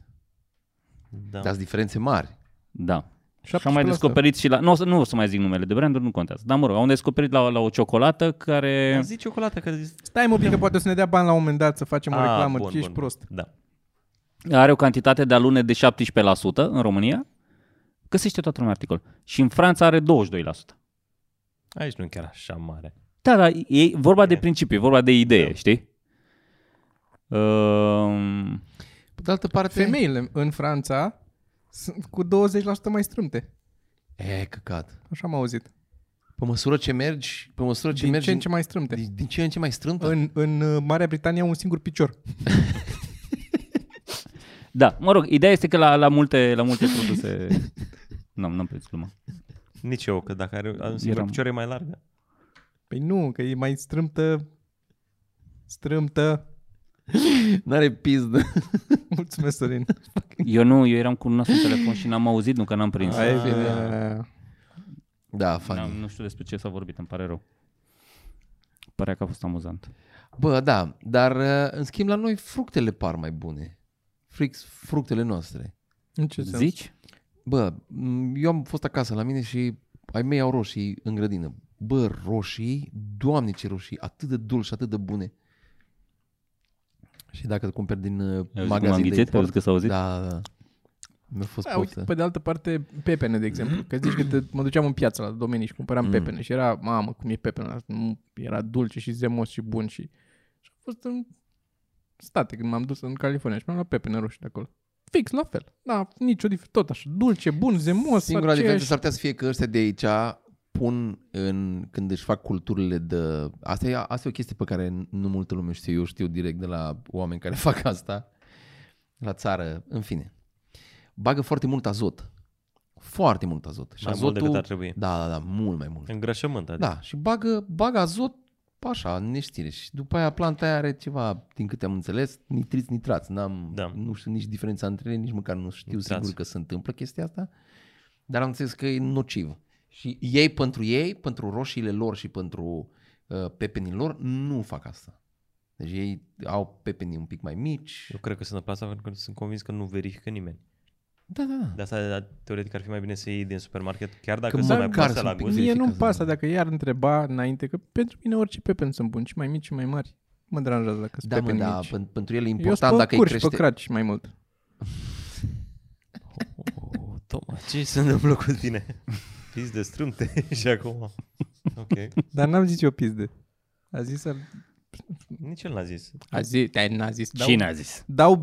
Speaker 4: Da.
Speaker 1: Dar sunt diferențe mari.
Speaker 3: Da. Și am
Speaker 2: 17%.
Speaker 3: mai descoperit și la... Nu, o să- nu o să mai zic numele de branduri, nu contează. Dar mă rog, am descoperit la, la o ciocolată care...
Speaker 4: Dar Zi ciocolată că zis...
Speaker 2: Stai mă pic, că poate o să ne dea bani la un moment dat să facem o
Speaker 4: Ah,
Speaker 2: reclamă.
Speaker 4: bun,
Speaker 2: Ce ești
Speaker 4: bun.
Speaker 2: prost.
Speaker 4: Da.
Speaker 3: are o cantitate de alune de 17% în România. Găsește toată lumea articol. Și în Franța are 22%.
Speaker 4: Aici nu e chiar așa mare.
Speaker 3: Da, dar e vorba de
Speaker 4: Bine.
Speaker 3: principiu, e vorba de idee, știi? Um,
Speaker 1: Pe de altă parte...
Speaker 2: Femeile în Franța sunt cu 20% mai strâmte.
Speaker 1: E, căcat.
Speaker 2: Așa am auzit.
Speaker 1: Pe măsură ce mergi, pe măsură ce
Speaker 2: Din
Speaker 1: mergi...
Speaker 2: ce în ce mai
Speaker 3: Da.
Speaker 2: strâmte.
Speaker 1: Deci din, din ce în ce mai strâmtă?
Speaker 2: În, în uh, Marea Britanie au un singur picior.
Speaker 3: da, mă rog, ideea este că la, la, multe, la multe produse... <laughs> nu, nu am prins gluma.
Speaker 4: Nici eu, că dacă are un singur
Speaker 3: Eram-
Speaker 4: picior e mai largă.
Speaker 2: Păi nu, că e mai strâmtă. Strâmtă. <laughs>
Speaker 1: N-are pizdă.
Speaker 2: Mulțumesc, Sorin.
Speaker 3: Eu nu, eu eram cu un nas în telefon și n-am auzit, nu că n-am prins.
Speaker 4: Ai-
Speaker 2: Aia e bine.
Speaker 1: Da,
Speaker 3: N-am,
Speaker 1: funny.
Speaker 3: nu știu despre ce s-a vorbit, îmi pare rău. Părea că a fost amuzant.
Speaker 1: Bă, da, dar uh, în schimb la noi fructele par mai bune. Frix, fructele noastre.
Speaker 2: În ce sens?
Speaker 3: Zici?
Speaker 1: Bă, m, eu am fost acasă la mine și ai mei au roșii în grădină. Bă, roșii, doamne ce roșii, atât de dulci, atât de bune. Și dacă cumperi din uh,
Speaker 3: cum am
Speaker 1: magazin de
Speaker 3: ghițit? Auzi
Speaker 1: import,
Speaker 3: că s-a auzit?
Speaker 1: Da, da. Mi-a fost
Speaker 2: A, uite,
Speaker 1: poftă.
Speaker 2: pe de altă parte, pepene, de exemplu. Că zici că te, mă duceam în piață la domenii și cumpăram
Speaker 1: Mm.
Speaker 2: pepene și era, mamă, cum e pepene, ăla, nu- era dulce și zemos și bun și... Și a fost în state când m-am dus în California și mi-am luat pepene roșii de acolo. Fix, la fel. Da, nicio diferență. Tot așa, dulce, bun, zemos.
Speaker 1: Singura
Speaker 2: aceeași-
Speaker 1: diferență s-ar putea să fie că ăștia de aici pun în, când își fac culturile de... Asta e, asta e o chestie pe care nu multă lume știe, eu știu direct de la oameni care <laughs> fac asta, la țară, în fine. Bagă foarte mult azot. Foarte mult azot. Și
Speaker 4: Mai mult
Speaker 1: azotul,
Speaker 4: decât ar trebui.
Speaker 1: Da, da, da, mult mai mult.
Speaker 4: Îngrășământ, adică.
Speaker 1: Da, și bagă, bagă azot așa, în neștire. Și după aia planta aia are ceva, din câte am înțeles, nitriți, nitrați. N-am,
Speaker 4: Da.
Speaker 1: Nu știu nici diferența între ele, nici măcar nu știu
Speaker 4: Nitrați.
Speaker 1: sigur că se întâmplă chestia asta. Dar am înțeles că e nociv. Și ei, pentru ei, pentru roșiile lor și pentru uh, pepenii lor, nu fac asta. Deci ei au pepenii un pic mai mici.
Speaker 4: Eu cred că se întâmplă asta pentru că sunt convins că nu verifică nimeni.
Speaker 1: Da, da, da.
Speaker 4: De asta, da, teoretic, ar fi mai bine să iei din supermarket, chiar dacă
Speaker 1: Că
Speaker 4: sunt mai
Speaker 1: măcar
Speaker 4: proaste
Speaker 1: sunt
Speaker 4: la
Speaker 1: un pic
Speaker 4: gust.
Speaker 2: Păi, Mie
Speaker 1: verifică
Speaker 2: nu-mi
Speaker 1: asta,
Speaker 2: pasă
Speaker 1: da.
Speaker 2: dacă i-ar întreba înainte, că pentru mine orice pepen sunt buni, și mai mici și mai mari. Mă deranjează dacă sunt
Speaker 1: Da, mă,
Speaker 2: pepeni
Speaker 1: da,
Speaker 2: mici.
Speaker 1: pen- pentru ele e
Speaker 2: Eu sunt
Speaker 1: important
Speaker 2: pe
Speaker 1: dacă îi
Speaker 2: curși, pe
Speaker 1: crește...
Speaker 2: craci mai mult.
Speaker 4: Oh, Toma, ce se întâmplă cu <laughs> tine? Fiți de strâmte și acum. Ok.
Speaker 2: Dar n-am zis eu pizde. A zis să...
Speaker 4: Nici el n-a zis.
Speaker 2: A zis, dar n-a zis. Dau,
Speaker 3: Cine a zis?
Speaker 2: dau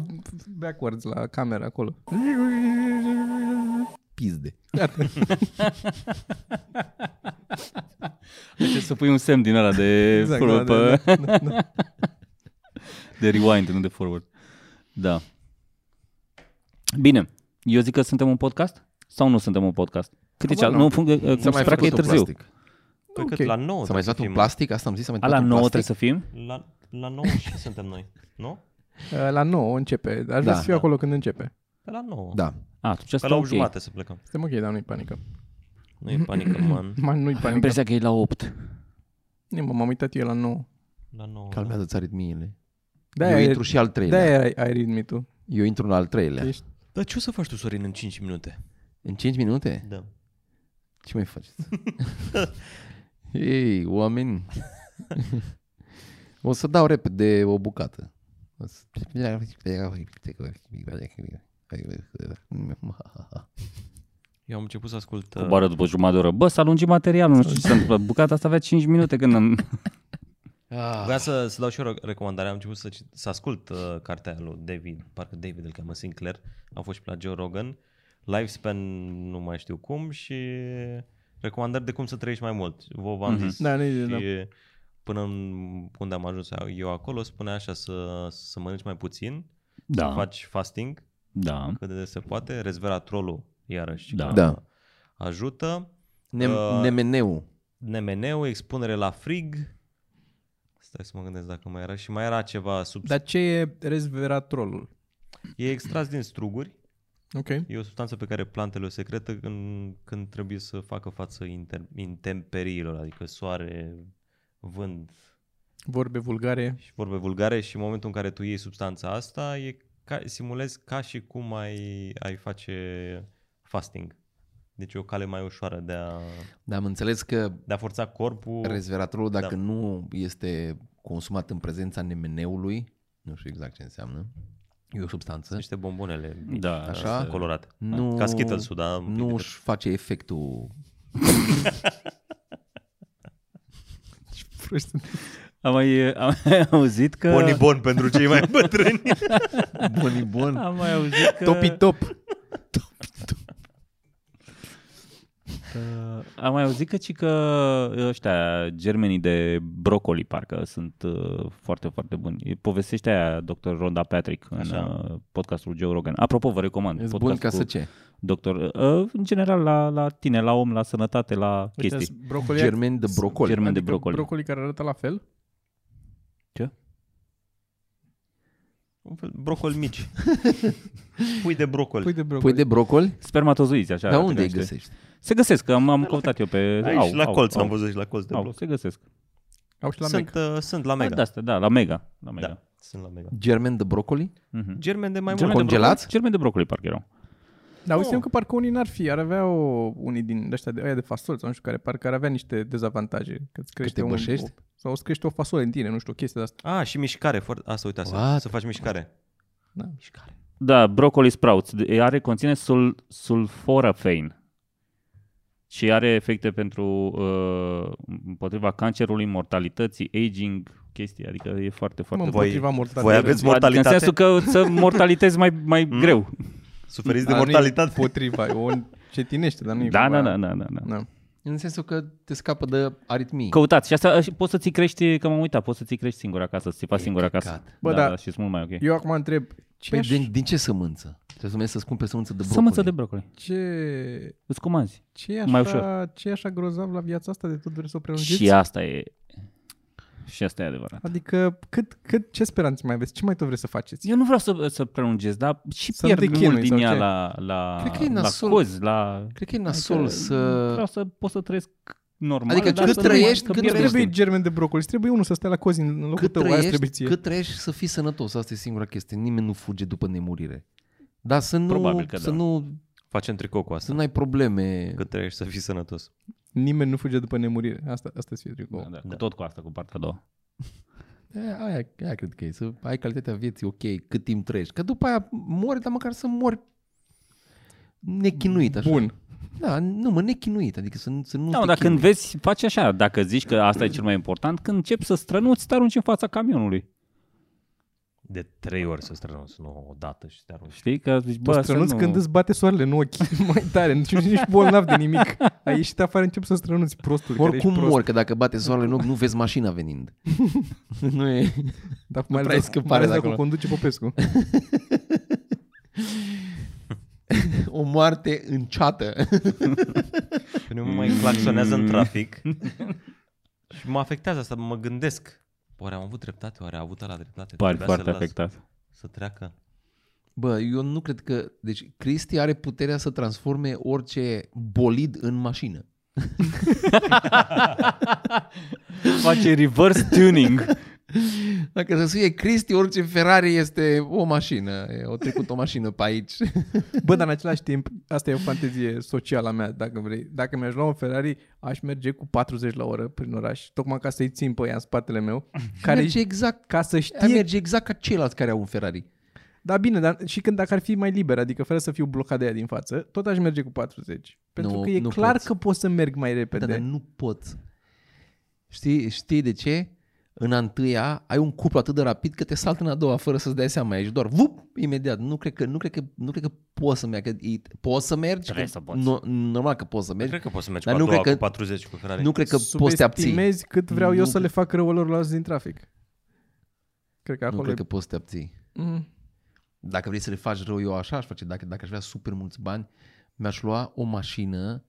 Speaker 2: backwards la camera
Speaker 1: <laughs>
Speaker 2: acolo. Exact,
Speaker 1: Pizde.
Speaker 3: Trebuie să pui un semn din ăla de
Speaker 2: Exact,
Speaker 3: forward
Speaker 2: da,
Speaker 3: pe...
Speaker 2: da, da, da.
Speaker 3: De rewind, nu de forward. Da. Bine. Eu zic că suntem un podcast? Sau nu suntem un podcast? Cât e
Speaker 1: Habar
Speaker 3: cea...
Speaker 1: n-am.
Speaker 3: Nu, func- cum se pare că e
Speaker 1: făcut un
Speaker 3: târziu.
Speaker 1: plastic.
Speaker 4: Păi
Speaker 2: Ok.
Speaker 4: cât la 9
Speaker 1: S-a mai luat un plastic? Asta am zis, s-a mai
Speaker 3: A, la
Speaker 1: luat un
Speaker 3: 9 trebuie
Speaker 1: plastic.
Speaker 3: să fim?
Speaker 4: La, la
Speaker 1: <laughs>
Speaker 4: 9 și suntem noi, nu?
Speaker 2: da. La 9 începe. Aș vrea
Speaker 1: Da.
Speaker 2: să fiu acolo când începe.
Speaker 4: Pe la 9.
Speaker 1: Da.
Speaker 3: A, Ah, atunci
Speaker 4: Pe
Speaker 3: asta
Speaker 4: la 8
Speaker 3: ok.
Speaker 4: okay. jumate să plecăm.
Speaker 2: Suntem ok, dar nu-i panică.
Speaker 4: Nu e panică,
Speaker 2: <clears throat>
Speaker 1: <laughs>
Speaker 4: man.
Speaker 2: Man, nu-i
Speaker 1: Da.
Speaker 3: Am
Speaker 2: panică.
Speaker 3: impresia că e la 8.
Speaker 2: Nu, mă, m-am uitat eu la 9.
Speaker 4: La da. 9.
Speaker 1: Calmează-ți aritmiile.
Speaker 2: Da,
Speaker 1: Eu intru și Da. al
Speaker 2: da,
Speaker 1: treilea.
Speaker 2: ai, ai ritmi tu.
Speaker 1: Eu intru în al treilea.
Speaker 2: Ești
Speaker 4: Dar ce o să faci tu, Sorin, în 5 minute?
Speaker 1: În 5 minute?
Speaker 4: Da.
Speaker 1: Ce mai faceți? Ei, oameni. o să dau repede o bucată. O să-
Speaker 4: Eu am început să ascult...
Speaker 3: O
Speaker 1: Da.
Speaker 4: uh,
Speaker 3: bară după jumătate de oră. Bă, să alungi materialul. Nu știu ce s-a întâmplat. Bucata asta avea 5 minute când am...
Speaker 1: Ah,
Speaker 4: Vreau să, să dau și eu o recomandare. Am început să, cit- să ascult uh, cartea lui David, parcă David îl cheamă Sinclair. Am fost și pe la Joe Rogan. Lifespan nu mai știu cum și recomandări de cum să trăiești mai mult. Vă v-am
Speaker 3: Mhm.
Speaker 4: zis.
Speaker 2: Da, ne-
Speaker 4: și
Speaker 2: da.
Speaker 4: până în- unde am ajuns eu acolo, spune așa să, să mănânci mai puțin, să
Speaker 3: Da,
Speaker 4: faci fasting
Speaker 3: da.
Speaker 4: cât de se poate, resveratrolul iarăși
Speaker 3: Da.
Speaker 1: Da.
Speaker 4: ajută,
Speaker 1: Nem-
Speaker 4: Uh,
Speaker 1: Nemeneu.
Speaker 4: nemeneu, expunere la frig, stai să mă gândesc dacă mai era și mai era ceva sub
Speaker 2: Dar ce e resveratrolul?
Speaker 4: E extras din struguri.
Speaker 2: Ok.
Speaker 4: E o substanță pe care plantele o secretă când, când trebuie să facă față inter, intemperiilor, adică soare, vânt
Speaker 2: Vorbe vulgare.
Speaker 4: și vorbe vulgare și în momentul în care tu iei substanța asta, e ca, simulezi ca și cum ai, ai face fasting. Deci e o cale mai ușoară de a,
Speaker 1: Dar am înțeles că
Speaker 4: de a forța corpul.
Speaker 1: resveratrolul, dacă
Speaker 4: Da.
Speaker 1: nu este consumat în prezența nemeneului, nu știu exact ce înseamnă, e o substanță,
Speaker 4: Niște bombonele mici,
Speaker 3: Da,
Speaker 1: așa?
Speaker 4: astea colorate.
Speaker 1: nu,
Speaker 4: Ca Skittles-ul, dar un pic
Speaker 1: nu
Speaker 4: de-
Speaker 1: își face
Speaker 3: <laughs>
Speaker 1: efectul.
Speaker 3: Am mai, am mai <laughs> auzit că...
Speaker 4: Bonibon pentru cei <laughs> mai bătrâni.
Speaker 1: Bonibon.
Speaker 3: Am mai auzit că...
Speaker 1: Topi top.
Speaker 3: Uh, am mai auzit că, ci că ăștia, germenii de brocoli, parcă sunt uh, foarte, foarte buni. E Povestește aia dr. Ronda Patrick în
Speaker 4: Așa.
Speaker 3: uh, podcastul Joe Rogan. Apropo, vă recomand.
Speaker 1: Ești
Speaker 3: podcastul
Speaker 1: bun ca să ce?
Speaker 3: Doctor, uh, în general, la, la tine, la om, la sănătate, la chestii.
Speaker 2: Brocoli.
Speaker 1: Germen de brocoli.
Speaker 3: Germen de brocoli.
Speaker 2: Brocoli Adică care arată la fel?
Speaker 4: Un fel, brocoli mici. Pui de brocoli.
Speaker 2: Pui de brocoli.
Speaker 1: Pui de brocoli?
Speaker 3: Spermatozoizi, așa.
Speaker 1: Dar
Speaker 3: arată
Speaker 1: unde
Speaker 3: ca
Speaker 1: îi
Speaker 3: niște-
Speaker 1: găsești?
Speaker 3: Se găsesc, că am, am căutat eu pe...
Speaker 4: Aici,
Speaker 3: au,
Speaker 4: la
Speaker 3: au,
Speaker 4: colț,
Speaker 3: au,
Speaker 4: am văzut și la colț de
Speaker 3: Au,
Speaker 4: bloc.
Speaker 3: se găsesc.
Speaker 2: Au și la
Speaker 4: Sunt,
Speaker 2: Mac.
Speaker 4: uh, sunt la
Speaker 3: Mega.
Speaker 4: Mega.
Speaker 3: Da, asta, da, la Mega. La Mega.
Speaker 4: da, sunt la Mega.
Speaker 1: Germen de brocoli?
Speaker 3: Mhm.
Speaker 4: Germen de mai
Speaker 3: Germeni
Speaker 4: mult.
Speaker 3: de
Speaker 1: Congelați?
Speaker 3: brocoli- Germeni de brocoli, parcă erau.
Speaker 2: Dar uite că parcă unii n-ar fi. Ar avea o, unii din ăștia de, aia de fasol sau nu știu care. Parcă ar avea niște dezavantaje. Că îți crește
Speaker 1: te
Speaker 2: un,
Speaker 1: bășești?
Speaker 2: o, sau îți crește o fasole în tine, nu știu, o chestie de asta.
Speaker 4: Ah, și mișcare. Foarte... Asta uita, să,
Speaker 1: What?
Speaker 4: să faci mișcare.
Speaker 2: Da.
Speaker 4: Mișcare.
Speaker 3: Da, broccoli sprouts. De- Are, conține sul, sulforafane și are efecte pentru uh, împotriva cancerului, mortalității, aging, chestii, adică e foarte,
Speaker 2: Mă,
Speaker 3: foarte bun.
Speaker 2: împotriva mortalității.
Speaker 4: voi aveți
Speaker 3: Adică în
Speaker 4: mortalitate?
Speaker 3: sensul că să mortalitezi mai, mai greu.
Speaker 4: Suferiți de
Speaker 2: Dar nu e
Speaker 4: mortalitate.
Speaker 2: Împotriva, e o cetinește, dar nu e
Speaker 3: Da, da,
Speaker 2: cumva-
Speaker 3: da, da, da, da.
Speaker 2: Da.
Speaker 1: În sensul că te scapă de aritmii.
Speaker 3: Căutați și asta și poți să ți crești, că m-am uitat, poți să ți crești singur acasă, să ți faci singur acasă.
Speaker 1: căcat.
Speaker 2: Bă,
Speaker 3: da,
Speaker 2: da.
Speaker 3: da, și sunt mult mai ok.
Speaker 2: Eu acum întreb, ce,
Speaker 1: Păi
Speaker 2: aș-
Speaker 1: din, din ce sămânță? Trebuie să mergi să-ți cumperi sămânță de brocoli.
Speaker 3: Sămânță de broccoli.
Speaker 2: ce,
Speaker 3: Îți comanzi.
Speaker 2: ce, e așa,
Speaker 3: Mai
Speaker 2: ce e așa grozav la viața asta de tot vrei să o prelungiți?
Speaker 3: Și asta e... Și asta e adevărat.
Speaker 2: Adică cât, cât, ce speranțe mai aveți? Ce mai tot vreți să faceți?
Speaker 3: Eu nu vreau să, să prelungesc, dar și
Speaker 2: Să nu
Speaker 3: pierd
Speaker 2: te
Speaker 3: mult
Speaker 2: chinui
Speaker 3: din
Speaker 2: sau
Speaker 3: ea
Speaker 2: ce?
Speaker 3: la, la,
Speaker 1: Cred că e
Speaker 3: la
Speaker 1: nasol.
Speaker 3: cozi, la...
Speaker 1: Cred că e nasol
Speaker 3: Adică
Speaker 1: să...
Speaker 3: Vreau să pot să trăiesc normal.
Speaker 1: Adică
Speaker 3: dar
Speaker 1: cât
Speaker 3: să nu-
Speaker 1: trăiești,
Speaker 3: că
Speaker 1: cât
Speaker 3: pierd
Speaker 2: Nu
Speaker 1: trăiești.
Speaker 2: trebuie germen de brocoli, îți trebuie unul să stea la cozi în locul
Speaker 1: Cât
Speaker 2: tău, aia trebuie
Speaker 1: trăiești,
Speaker 2: ție.
Speaker 1: cât trăiești să fii sănătos, asta e singura chestie. Nimeni nu fuge după nemurire. Dar să nu,
Speaker 3: Probabil că
Speaker 1: să
Speaker 3: da.
Speaker 1: nu,
Speaker 4: Facem tricou cu
Speaker 1: să
Speaker 4: asta.
Speaker 1: nu ai probleme.
Speaker 4: Cât trăiești să fii sănătos.
Speaker 2: Nimeni nu fuge după nemurire. Asta, asta e tricou.
Speaker 3: Da, da, cu tot cu asta, cu partea a doua.
Speaker 1: E, Aia, aia cred că e, să ai calitatea vieții ok cât timp trăiești. Că după aia mori, dar măcar să mori nechinuit așa.
Speaker 2: Bun.
Speaker 1: Da, nu mă, nechinuit, adică să, nu- să nu
Speaker 3: Da,
Speaker 1: te
Speaker 3: mă, dar
Speaker 1: chinui.
Speaker 3: când vezi, faci așa. Dacă zici că asta e cel mai important, când începi să strănuți, te arunci în fața camionului.
Speaker 4: De trei ori să strănuți, nu o dată și să te arunci.
Speaker 3: Știi? Că zici,
Speaker 2: Bă,
Speaker 3: bă, să
Speaker 2: strănuți
Speaker 3: nu...
Speaker 2: când îți bate soarele în ochi <laughs> mai tare, nici, nici bolnav de nimic. Ai ieșit afară, încep să strănuți prostul.
Speaker 1: Oricum
Speaker 2: prost.
Speaker 1: mor, că dacă bate soarele în ochi, nu vezi mașina
Speaker 2: <laughs>
Speaker 1: venind. nu e...
Speaker 2: Dar mai
Speaker 1: prea ai
Speaker 2: ales,
Speaker 1: scăpare
Speaker 2: mai ales
Speaker 1: de
Speaker 2: dacă
Speaker 1: acolo.
Speaker 2: conduce Popescu.
Speaker 1: O moarte în ceată.
Speaker 4: Când eu mă mai claxonează în trafic și mă afectează asta, mă gândesc. Oare am avut dreptate? Oare a avut la dreptate?
Speaker 3: Pari
Speaker 4: Trebuia să
Speaker 3: foarte
Speaker 4: las
Speaker 3: afectat.
Speaker 4: Să treacă.
Speaker 1: <laughs> Bă, eu nu cred că... Deci Cristi are puterea să transforme orice bolid în mașină.
Speaker 3: Face reverse tuning.
Speaker 1: Dacă să fie Cristi, orice Ferrari este o mașină. E, o trecut o mașină pe aici.
Speaker 2: Bă, dar în același timp, asta e o fantezie socială a mea, dacă vrei. Dacă mi-aș lua un Ferrari, aș merge cu 40 la oră prin oraș, tocmai ca să-i țin pe ea în spatele
Speaker 1: <laughs>
Speaker 2: meu,
Speaker 1: Care
Speaker 2: care
Speaker 1: merge exact
Speaker 2: ca să
Speaker 1: Ar
Speaker 2: știe.
Speaker 1: merge exact ca ceilalți care au un Ferrari.
Speaker 2: Da, bine, dar și când dacă ar fi mai liber, adică fără să fiu blocat de ea din față, tot aș merge cu 40. Pentru
Speaker 1: Nu,
Speaker 2: că e
Speaker 1: nu
Speaker 2: clar
Speaker 1: poți.
Speaker 2: că pot să merg mai
Speaker 1: Da,
Speaker 2: repede.
Speaker 1: dar nu pot. Știi, știi de ce? În a întâia ai un cuplu atât de rapid că te saltă în a doua fără să-ți dai seama. Ești doar vup, imediat. Nu cred că, nu cred că, nu cred că poți să mergi. Că e- Poți să mergi?
Speaker 3: Trebuie
Speaker 1: Că-
Speaker 3: să poți.
Speaker 1: No, normal că poți să mergi.
Speaker 4: Cred că poți să mergi
Speaker 1: Dar
Speaker 4: cu a
Speaker 1: nu
Speaker 4: doua,
Speaker 1: cred
Speaker 4: cu
Speaker 1: că-
Speaker 4: 40 cu Ferrari.
Speaker 1: Nu cred că poți să te abții.
Speaker 2: Subestimezi cât vreau eu
Speaker 1: Nu
Speaker 2: să le fac rău lor la alții din trafic. Cred că
Speaker 1: Nu
Speaker 2: acolo e...
Speaker 1: cred că poți să te abții.
Speaker 2: Mm.
Speaker 1: Dacă vrei să le faci rău, eu așa aș face. Dacă, dacă aș vrea super mulți bani, mi-aș lua o mașină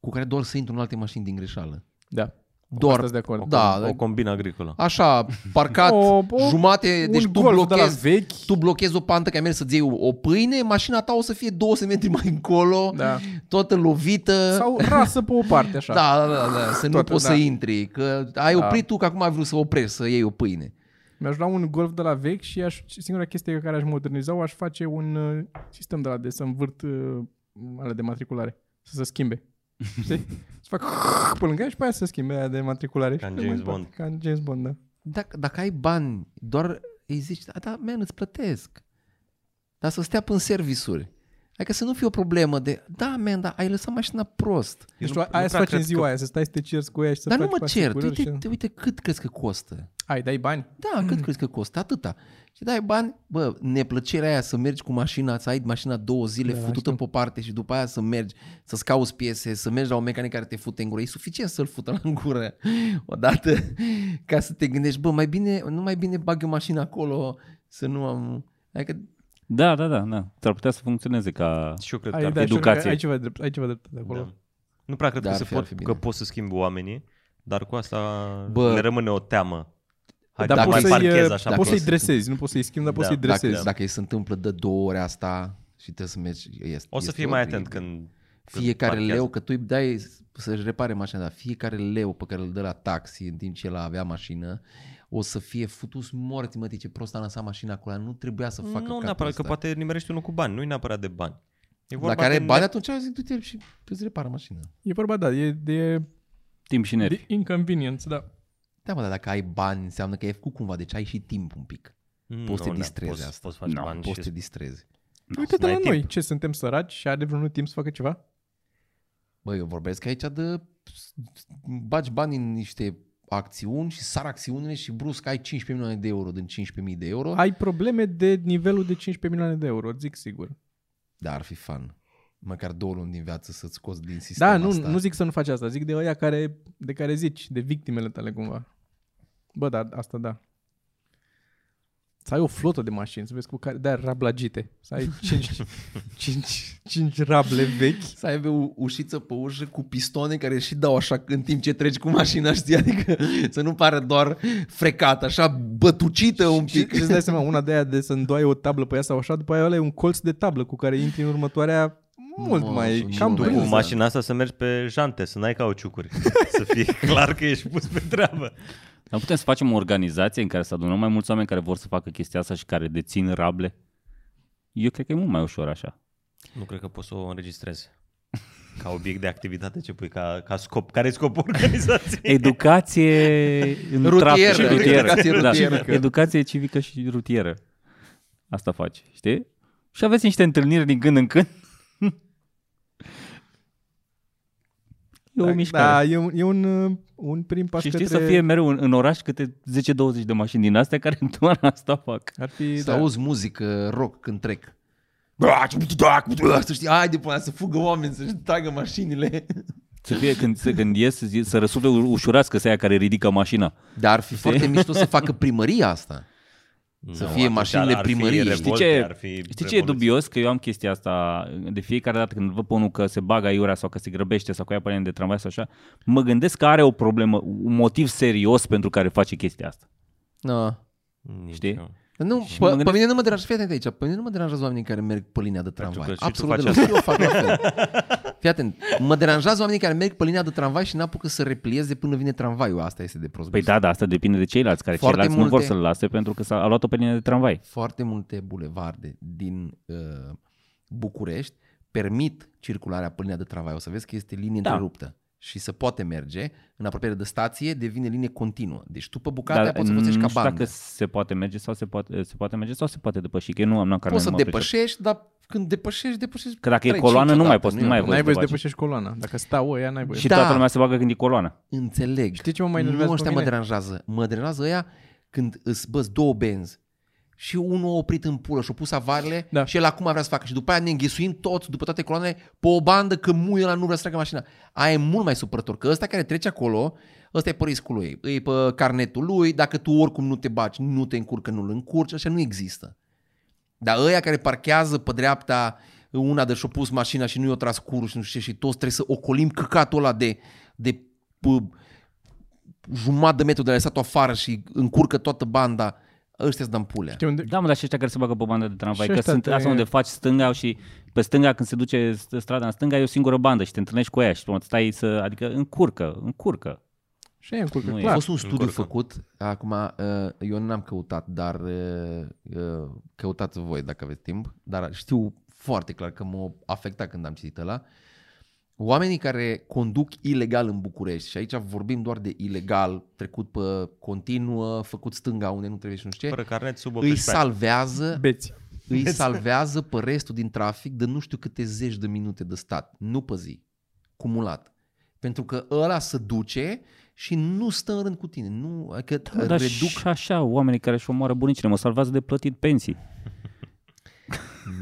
Speaker 1: cu care doar să intru în alte mașini din greșeală.
Speaker 2: Da.
Speaker 1: Doar-
Speaker 2: Asta de acord.
Speaker 1: da,
Speaker 4: O combină agricolă.
Speaker 1: Așa, parcat,
Speaker 2: O- o-
Speaker 1: jumate, deci tu
Speaker 2: golf de la
Speaker 1: blochezi,
Speaker 2: vechi.
Speaker 1: tu blochezi o pantă că ai mers să-ți iei o, o pâine, mașina ta o să fie 200 metri mai încolo, <laughs>
Speaker 2: Da.
Speaker 1: toată lovită.
Speaker 2: Sau rasă pe o parte așa.
Speaker 1: Da, da, da, da, să nu
Speaker 2: Toată,
Speaker 1: poți
Speaker 2: da.
Speaker 1: să intri, că ai
Speaker 2: Da.
Speaker 1: oprit tu, că acum ai vrut să oprești, să iei o pâine.
Speaker 2: Mi-aș lua un golf de la vechi și aș, singura chestie pe care aș moderniza aș face un uh, sistem de la de să învârt uh, alea de matriculare. Să se
Speaker 4: <laughs>
Speaker 2: schimbe. Știi? Să fac <laughs> pe lângă ea și pe aia să se schimbe aia de matriculare.
Speaker 4: Ca
Speaker 2: Și
Speaker 4: în
Speaker 2: pe mai
Speaker 4: James
Speaker 2: departe.
Speaker 4: Bond.
Speaker 2: Ca în James Băi, da.
Speaker 1: Dacă, dacă ai bani, doar îi zici, da, da man, îți plătesc, dar să stea în servisuri. Adică să nu fie o problemă de, da, man, dar ai lăsat mașina prost.
Speaker 4: Eu
Speaker 2: Deci
Speaker 4: nu-
Speaker 2: nu,
Speaker 4: nu
Speaker 2: aia să
Speaker 4: prea
Speaker 2: faci în
Speaker 4: cred
Speaker 2: ziua
Speaker 4: că-
Speaker 2: aia, să stai să te ceri cu ea și să
Speaker 1: dar nu
Speaker 2: faci
Speaker 1: mă
Speaker 2: cu
Speaker 1: cer,
Speaker 2: asigurări
Speaker 1: uite,
Speaker 2: și...
Speaker 1: uite, uite cât crezi că costă.
Speaker 2: Ai, dai bani.
Speaker 1: Da, cât crezi că costă? Atâta. Și dai bani, bă, neplăcerea aia să mergi cu mașina, să ai mașina două zile
Speaker 2: Da,
Speaker 1: da, futută
Speaker 2: știu.
Speaker 1: pe o parte și după aia să mergi, să-ți cauți piese, să mergi la un mecanic care te fute în gură. E suficient să-l fută la <laughs> gură odată ca să te gândești, bă, mai bine, nu mai bine bag eu mașina acolo să nu am... Adică,
Speaker 3: Da, da, da, da. Ar putea să funcționeze ca...
Speaker 4: Și eu cred
Speaker 2: Ai,
Speaker 4: că ar
Speaker 2: da,
Speaker 4: fi
Speaker 2: știu că
Speaker 3: educație.
Speaker 2: Ai ceva drept, ai ceva drept acolo.
Speaker 4: Da. Nu prea cred
Speaker 1: Dar
Speaker 4: că,
Speaker 1: ar
Speaker 4: se
Speaker 1: fi- ar
Speaker 4: pot,
Speaker 1: fi bine.
Speaker 4: că poți să schimbi oamenii, dar cu asta
Speaker 1: Bă.
Speaker 4: Bă. le rămâne o teamă. Hai,
Speaker 2: Dar
Speaker 1: dacă
Speaker 2: poți
Speaker 1: mai
Speaker 2: să-i,
Speaker 4: parchez
Speaker 2: uh,
Speaker 4: așa
Speaker 2: poți să-i
Speaker 4: prost.
Speaker 2: dresezi, nu poți să-i schimbi, dar poți
Speaker 4: Da,
Speaker 2: să-i
Speaker 1: dacă,
Speaker 2: dresezi.
Speaker 1: dacă îi se întâmplă de două ore asta și trebuie să mergi... Este,
Speaker 4: O să
Speaker 1: este
Speaker 4: fii mai
Speaker 1: oribil.
Speaker 4: atent când când
Speaker 1: Fiecare
Speaker 4: parchează.
Speaker 1: leu, că tu îi dai să-și repare mașina, dar fiecare leu pe care îl dă la taxi în timp ce el avea mașină, o să fie futus morți, mă, ce prost a lăsat mașina acolo, nu trebuia să facă
Speaker 4: Nu
Speaker 1: capul
Speaker 4: neapărat,
Speaker 1: ăsta.
Speaker 4: că poate nimerești unul cu bani, nu-i neapărat de bani. E
Speaker 1: Dacă are
Speaker 4: de
Speaker 1: bani,
Speaker 4: ne-
Speaker 1: atunci zic, du-te și îți repară mașina.
Speaker 2: E vorba, da, e de,
Speaker 3: Timp și nervi.
Speaker 2: de inconvenience, da.
Speaker 1: Da, mă, dar dacă ai bani, înseamnă că ai făcut cumva, deci ai și timp un pic.
Speaker 4: Mm,
Speaker 1: poți să te
Speaker 4: nu, da,
Speaker 1: distrezi
Speaker 4: poți-
Speaker 1: asta.
Speaker 4: Poți face
Speaker 3: Nu,
Speaker 4: bani
Speaker 1: Poți să te
Speaker 4: și
Speaker 1: distrezi.
Speaker 2: Uite-te
Speaker 4: n-ai
Speaker 2: la
Speaker 4: timp.
Speaker 2: noi, ce, suntem săraci și are vreunul timp să facă ceva?
Speaker 1: Bă, eu vorbesc aici de bagi bani în niște acțiuni și sar acțiunile și brusc ai 15 milioane de euro din 15.000 de euro,
Speaker 2: Ai probleme de nivelul de 15 milioane de euro, zic sigur.
Speaker 1: dar Da, ar fi fan. Măcar două luni din viață să-ți scoți din sistem
Speaker 2: Da, nu,
Speaker 1: asta.
Speaker 2: nu zic să nu faci asta, zic de ăia care, de care zici, de victimele tale cumva. Bă, da, asta da. Să ai o flotă de mașini, să vezi cu care, de rablagite. Să ai 5, 5, 5 rable vechi.
Speaker 1: Să aibă o ușiță pe ușă cu pistoane care și dau așa în timp ce treci cu mașina, <laughs> știi? Adică să nu pară doar frecată, așa bătucită un
Speaker 2: Și
Speaker 1: pic.
Speaker 2: și
Speaker 1: <laughs>
Speaker 2: îți dai seama, una de aia de să îndoi o tablă pe ea sau așa, după aia ăla e un colț de tablă cu care intri în următoarea mult
Speaker 1: Mă,
Speaker 2: mai...
Speaker 1: sunt
Speaker 2: Cam
Speaker 1: mult mai
Speaker 4: Cu
Speaker 2: brânză.
Speaker 1: Exact.
Speaker 4: mașina asta să mergi pe jante, să n-ai cauciucuri.
Speaker 1: <laughs>
Speaker 4: să fie clar că ești pus pe treabă.
Speaker 3: Dar putem să facem o organizație în care să adunăm mai mulți oameni care vor să facă chestia asta și care dețin rable? Eu cred că e mult mai ușor așa.
Speaker 4: Nu cred că poți să o înregistrezi. Ca obiect de activitate, ce pui, ca, ca scop. Care e scopul <laughs> organizației?
Speaker 3: Educație în
Speaker 1: Rutieră,
Speaker 3: trafic și rutieră.
Speaker 1: educație
Speaker 3: da.
Speaker 1: rutieră.
Speaker 3: Educație civică și rutieră. Asta faci, știi? Și aveți niște întâlniri din când în când E o
Speaker 2: Da,
Speaker 3: mișcare.
Speaker 2: Da, e un, e un, uh, un prim pas
Speaker 3: și știi
Speaker 2: către...
Speaker 3: să fie mereu în, în oraș câte 10-20 de mașini din astea care doar asta fac.
Speaker 2: Ar fi,
Speaker 1: Să
Speaker 2: da.
Speaker 1: auzi muzică rock când trec. da, Să știi, haide până la să fugă oameni, să-și tragă mașinile.
Speaker 3: Să fie când, să, când ies, să, zi- să răsufle u- ușurați că aia care ridică mașina.
Speaker 1: Dar ar fi foarte mișto să facă primăria asta. Să fie mașinile primăriei. Știi
Speaker 3: Știi ce, știi ce e dubios? Că eu am chestia asta de fiecare dată când văd pe unul că se bagă aiurea sau că se grăbește sau că ia pe de tramvai sau așa, mă gândesc că are o problemă, un motiv serios pentru care face chestia asta.
Speaker 1: No.
Speaker 3: Știi?
Speaker 1: Da. Nu,
Speaker 3: Și
Speaker 1: pe,
Speaker 3: mă
Speaker 1: pe
Speaker 3: gândesc-
Speaker 1: mine nu mă deranjează, fii atent aici, pe mine nu mă deranjează oamenii care merg pe linia de tramvai.
Speaker 4: că și tu
Speaker 1: Absolut
Speaker 4: faci
Speaker 1: deloc. Și eu fac la fel. Fii atent, mă deranjează oamenii care merg pe linia de tramvai și n-apucă să replieze până vine tramvaiul. Asta este de prost.
Speaker 3: Păi da, da, asta depinde de ceilalți, care
Speaker 1: Foarte
Speaker 3: ceilalți nu vor
Speaker 1: multe-
Speaker 3: să-l lase pentru că s-a a luat-o pe linie de tramvai.
Speaker 1: Foarte multe bulevarde din uh, București permit circularea pe linia de tramvai. O să vezi că este linie
Speaker 3: Da.
Speaker 1: da. întreruptă și se poate merge în apropiere de stație, devine linie continuă. Deci tu pe bucatea poți să
Speaker 3: mm, nu
Speaker 1: folosești
Speaker 3: știu
Speaker 1: ca
Speaker 3: dacă
Speaker 1: bandă.
Speaker 3: se poate merge sau se poate, se poate merge sau se poate depăși, că eu nu am n-am care
Speaker 1: Poți să
Speaker 3: nu mă pricep.
Speaker 1: depășești, dar când depășești, depășești.
Speaker 3: Că dacă e
Speaker 1: trei,
Speaker 3: coloană,
Speaker 1: cinci
Speaker 3: nu mai
Speaker 1: odată,
Speaker 3: poți,
Speaker 1: e
Speaker 3: nu mai
Speaker 1: o
Speaker 2: N-ai voie
Speaker 3: Poți
Speaker 2: să
Speaker 3: să
Speaker 2: depășești coloana. Dacă stau ăia, n-ai voie.
Speaker 3: Și
Speaker 1: Da.
Speaker 3: toată lumea se bagă când e coloană.
Speaker 1: Înțeleg.
Speaker 2: Știi ce mă mai enervează
Speaker 1: Nu
Speaker 2: pe
Speaker 1: ăștia mă
Speaker 2: mine?
Speaker 1: deranjează. Mă deranjează ăia când îți băs două benzi și unul a oprit în pulă și-a pus avarele
Speaker 2: Da.
Speaker 1: da. și el acum vrea să facă. Și după aia ne înghesuim toți, după toate coloanele, pe o bandă că muie la nu vrea să treacă mașina. Aia e mult mai supărător, că ăsta care trece acolo, ăsta e pe riscul lui, e pe carnetul lui, dacă tu oricum nu te baci, nu te încurcă, nu-l încurci, așa nu există. Dar ăia care parchează pe dreapta una de și-a pus mașina și nu i-a tras curul și nu știu ce și toți trebuie să ocolim căcatul ăla de, de pă, jumătate de metru de la lăsat afară și încurcă toată banda, ăștia dăm pulea.
Speaker 2: Știi unde?
Speaker 3: Da, mă, dar și ăștia care se bagă pe bandă de tramvai,
Speaker 2: Și
Speaker 3: că
Speaker 2: ăștia
Speaker 3: sunt
Speaker 2: te-
Speaker 3: asta unde faci stânga și pe stânga când se duce st- strada în stânga e o singură bandă și te întâlnești cu ea și tu stai să, adică încurcă, încurcă.
Speaker 2: Și aia încurcă,
Speaker 3: Nu e.
Speaker 1: A
Speaker 2: clar.
Speaker 1: fost un studiu
Speaker 4: încurcă.
Speaker 1: făcut, acum uh, eu n-am căutat, dar uh, uh, căutați voi dacă aveți timp, dar știu foarte clar că m-a afectat când am citit ăla. Oamenii care conduc ilegal în București, și aici vorbim doar de ilegal, trecut pe continuă, făcut stânga unde nu trebuie și nu știu ce,
Speaker 4: Fără carnet sub
Speaker 1: îi
Speaker 4: 18 ani.
Speaker 1: salvează
Speaker 2: Beți.
Speaker 1: îi salvează pe restul din trafic de nu știu câte zeci de minute de stat, nu pe zi, cumulat. Pentru că ăla se duce și nu stă în rând cu tine. Nu, adică da,
Speaker 3: Dar
Speaker 1: reduc...
Speaker 3: și așa, oamenii care își omoară bunicile mă salvează de plătit pensii.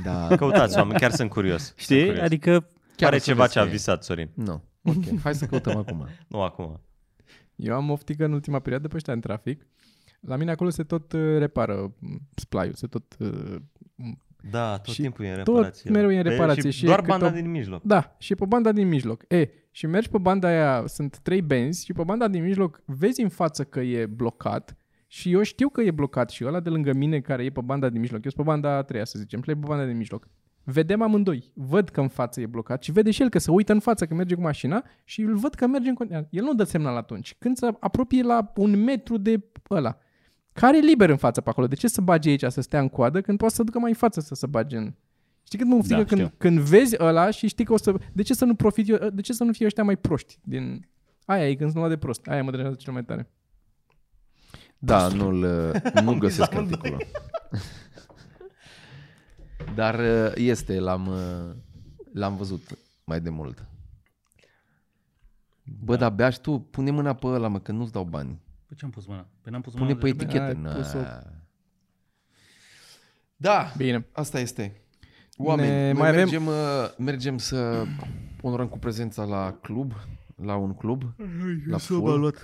Speaker 1: Da,
Speaker 4: <laughs> Căutați oameni, chiar sunt curios. Sunt
Speaker 3: Știi?
Speaker 4: curios.
Speaker 3: Adică
Speaker 1: chiar
Speaker 4: Pare
Speaker 1: o să
Speaker 4: ceva
Speaker 1: vezi
Speaker 4: ce a
Speaker 1: că e.
Speaker 4: visat, Sorin.
Speaker 1: Nu. Ok, hai să căutăm acum.
Speaker 4: Nu acum.
Speaker 2: Eu am oftică în ultima perioadă pe ăștia în trafic. La mine acolo se tot uh, repară mm, splaiul, se tot... uh,
Speaker 4: Da, tot
Speaker 2: Și
Speaker 4: timpul e în
Speaker 2: tot
Speaker 4: reparație.
Speaker 2: mereu e în
Speaker 4: Pe-
Speaker 2: reparație și
Speaker 4: Și
Speaker 2: e
Speaker 4: doar
Speaker 2: cât
Speaker 4: banda
Speaker 2: o-
Speaker 4: din mijloc.
Speaker 2: Da, și pe banda din mijloc. E, și mergi pe banda aia, sunt trei benzi și pe banda din mijloc vezi în față că e blocat și eu știu că e blocat și ăla de lângă mine care e pe banda din mijloc, eu sunt pe banda a treia să zicem, și el e pe banda din mijloc. Vedem amândoi, văd că în față e blocat și vede și el că se uită în față că merge cu mașina și îl văd că merge în continuare. El nu dă semnal atunci, când se apropie la un metru de ăla. Care e liber în față pe acolo? De ce să bage aici să stea în coadă când poate să ducă mai în față să se bage în... Știi cât mă oftică
Speaker 3: Da,
Speaker 2: când,
Speaker 3: știu.
Speaker 2: când vezi ăla și știi că o să... De ce să nu profit eu, De ce să nu fie ăștia mai proști din... Aia e când sunt luat de prost. Aia mă deranjează cel mai tare.
Speaker 1: Da, <laughs> nu-l, nu găsesc <laughs> articolul. Dar uh, este, l-am, uh, l-am văzut mai de mult. Bă, dar bea și tu, pune mâna pe ăla, mă, că nu-ți dau bani.
Speaker 3: Da. Păi ce-am pus mâna? Păi n-am pus
Speaker 1: Pune pe
Speaker 2: Ai
Speaker 1: etichetă. Na.
Speaker 2: pus-o.
Speaker 1: Da,
Speaker 2: Bine.
Speaker 1: asta este. Oameni,
Speaker 2: Ne-
Speaker 1: ne,
Speaker 2: mai
Speaker 1: mai
Speaker 2: avem-
Speaker 1: mergem, avem... mergem să onorăm cu prezența la club, la un club, la full.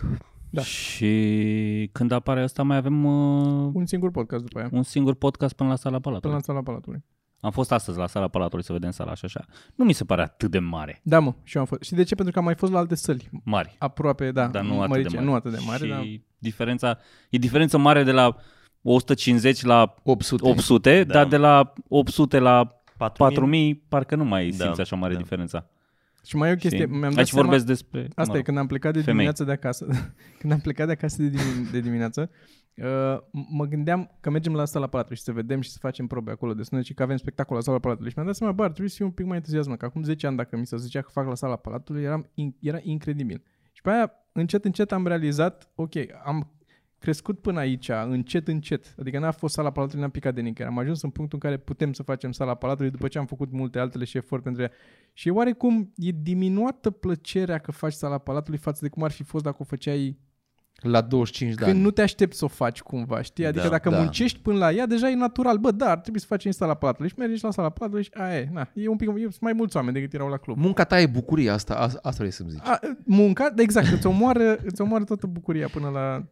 Speaker 2: Da.
Speaker 3: Și când apare asta mai avem uh,
Speaker 2: Un singur podcast după aia.
Speaker 3: un singur podcast până la sala
Speaker 2: Până
Speaker 3: Palatului.
Speaker 2: la sala Palatului.
Speaker 3: Am fost astăzi la sala Palatului să vedem sala și așa. Nu mi se pare atât de mare.
Speaker 2: Da, mă. Și eu am fost. Și de ce? Pentru că am mai fost la alte săli.
Speaker 3: Mari.
Speaker 2: Aproape, da.
Speaker 3: dar nu atât
Speaker 2: mărice,
Speaker 3: de mare.
Speaker 2: Nu atât de da. mare,
Speaker 3: și
Speaker 2: dar...
Speaker 3: diferența, e diferență mare de la 150 la
Speaker 1: 800.
Speaker 3: 800, da. dar de la 800 la
Speaker 4: 4000.
Speaker 3: 4000 parcă nu mai
Speaker 4: Da,
Speaker 3: simți așa mare
Speaker 4: da.
Speaker 3: diferența.
Speaker 2: Și mai e o chestie.
Speaker 3: Știi?
Speaker 2: Mi-am dat
Speaker 3: Aici
Speaker 2: seama-
Speaker 3: vorbesc despre...
Speaker 2: Asta e, când am plecat de
Speaker 3: femei.
Speaker 2: dimineață de acasă. <laughs> când am plecat de acasă de, dimin- de dimineață, uh, m- mă gândeam că mergem la sala Palatului și să vedem și să facem probe acolo de sună și că avem spectacol la sala Palatului. Și mi-am dat seama, bă, ar trebui să fiu un pic mai entuziasmat, că acum 10 ani dacă mi se zicea că fac la sala Palatului, eram in- era incredibil. Și pe aia, încet, încet am realizat, ok, am crescut până aici, încet, încet. Adică n-a fost sala Palatului, n-am picat de nicăieri. Am ajuns în punctul în care putem să facem sala Palatului după ce am făcut multe altele și efort pentru ea. Și oarecum e diminuată plăcerea că faci sala Palatului față de cum ar fi fost dacă o făceai
Speaker 1: La 25 de
Speaker 2: când
Speaker 1: ani.
Speaker 2: nu te aștepți să o faci cumva, știi? Adică
Speaker 4: Da,
Speaker 2: dacă
Speaker 1: da.
Speaker 2: muncești până la ea, deja e natural. Bă, dar trebuie să faci în sala Palatului și mergi la sala Palatului și aia e. Na, e un pic, e, sunt mai mulți oameni decât erau la club.
Speaker 1: Munca ta e bucuria asta, a- asta vrei să-mi zici.
Speaker 2: A, munca, da, exact, îți omoară, îți omoară toată bucuria până la...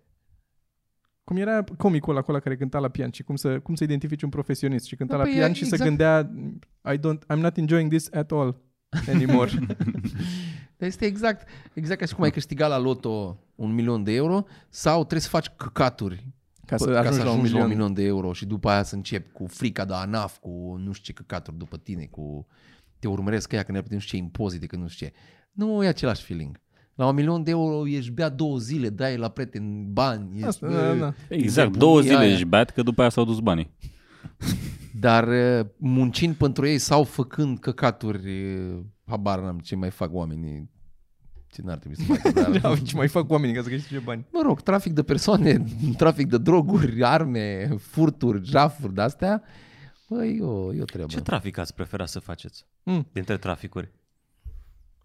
Speaker 2: Cum era comicul ăla, acolo care cânta la pian și cum să, cum să identifici un profesionist și cânta
Speaker 1: Da,
Speaker 2: la
Speaker 1: păi,
Speaker 2: pian
Speaker 1: e-
Speaker 2: și să
Speaker 1: exact.
Speaker 2: gândea I don't, I'm not enjoying this at all anymore.
Speaker 1: Dar este exact, exact ca și cum ai câștigat la loto un milion de euro sau trebuie să faci căcaturi
Speaker 2: ca să
Speaker 1: pă-
Speaker 2: ajungi, la un milion.
Speaker 1: la un milion de euro și după aia să începi cu frica de ANAF, cu nu știu ce căcaturi după tine, cu te urmăresc că ea că ne-ar plăti nu știu ce impozite, că nu știu ce. Nu e același feeling. La un milion de euro ești bea două zile, dai la prieteni bani. Ești,
Speaker 2: Asta, da, da.
Speaker 3: Exact,
Speaker 1: nebunia
Speaker 3: două zile
Speaker 1: aia.
Speaker 3: ești bat, că după aia s-au dus banii.
Speaker 1: Dar uh, muncind pentru ei sau făcând căcaturi, uh, habar n-am ce mai fac oamenii. Ce n-ar trebui să facă,
Speaker 2: <laughs>
Speaker 1: dar...
Speaker 2: Da, ce mai fac oamenii ca să câștige bani?
Speaker 1: mă rog, trafic de persoane, <laughs> trafic de droguri, arme, furturi, jafuri de-astea, Păi, băi, eu, eu treabă.
Speaker 4: Ce trafic ați prefera să faceți
Speaker 2: Mm.
Speaker 4: dintre traficuri?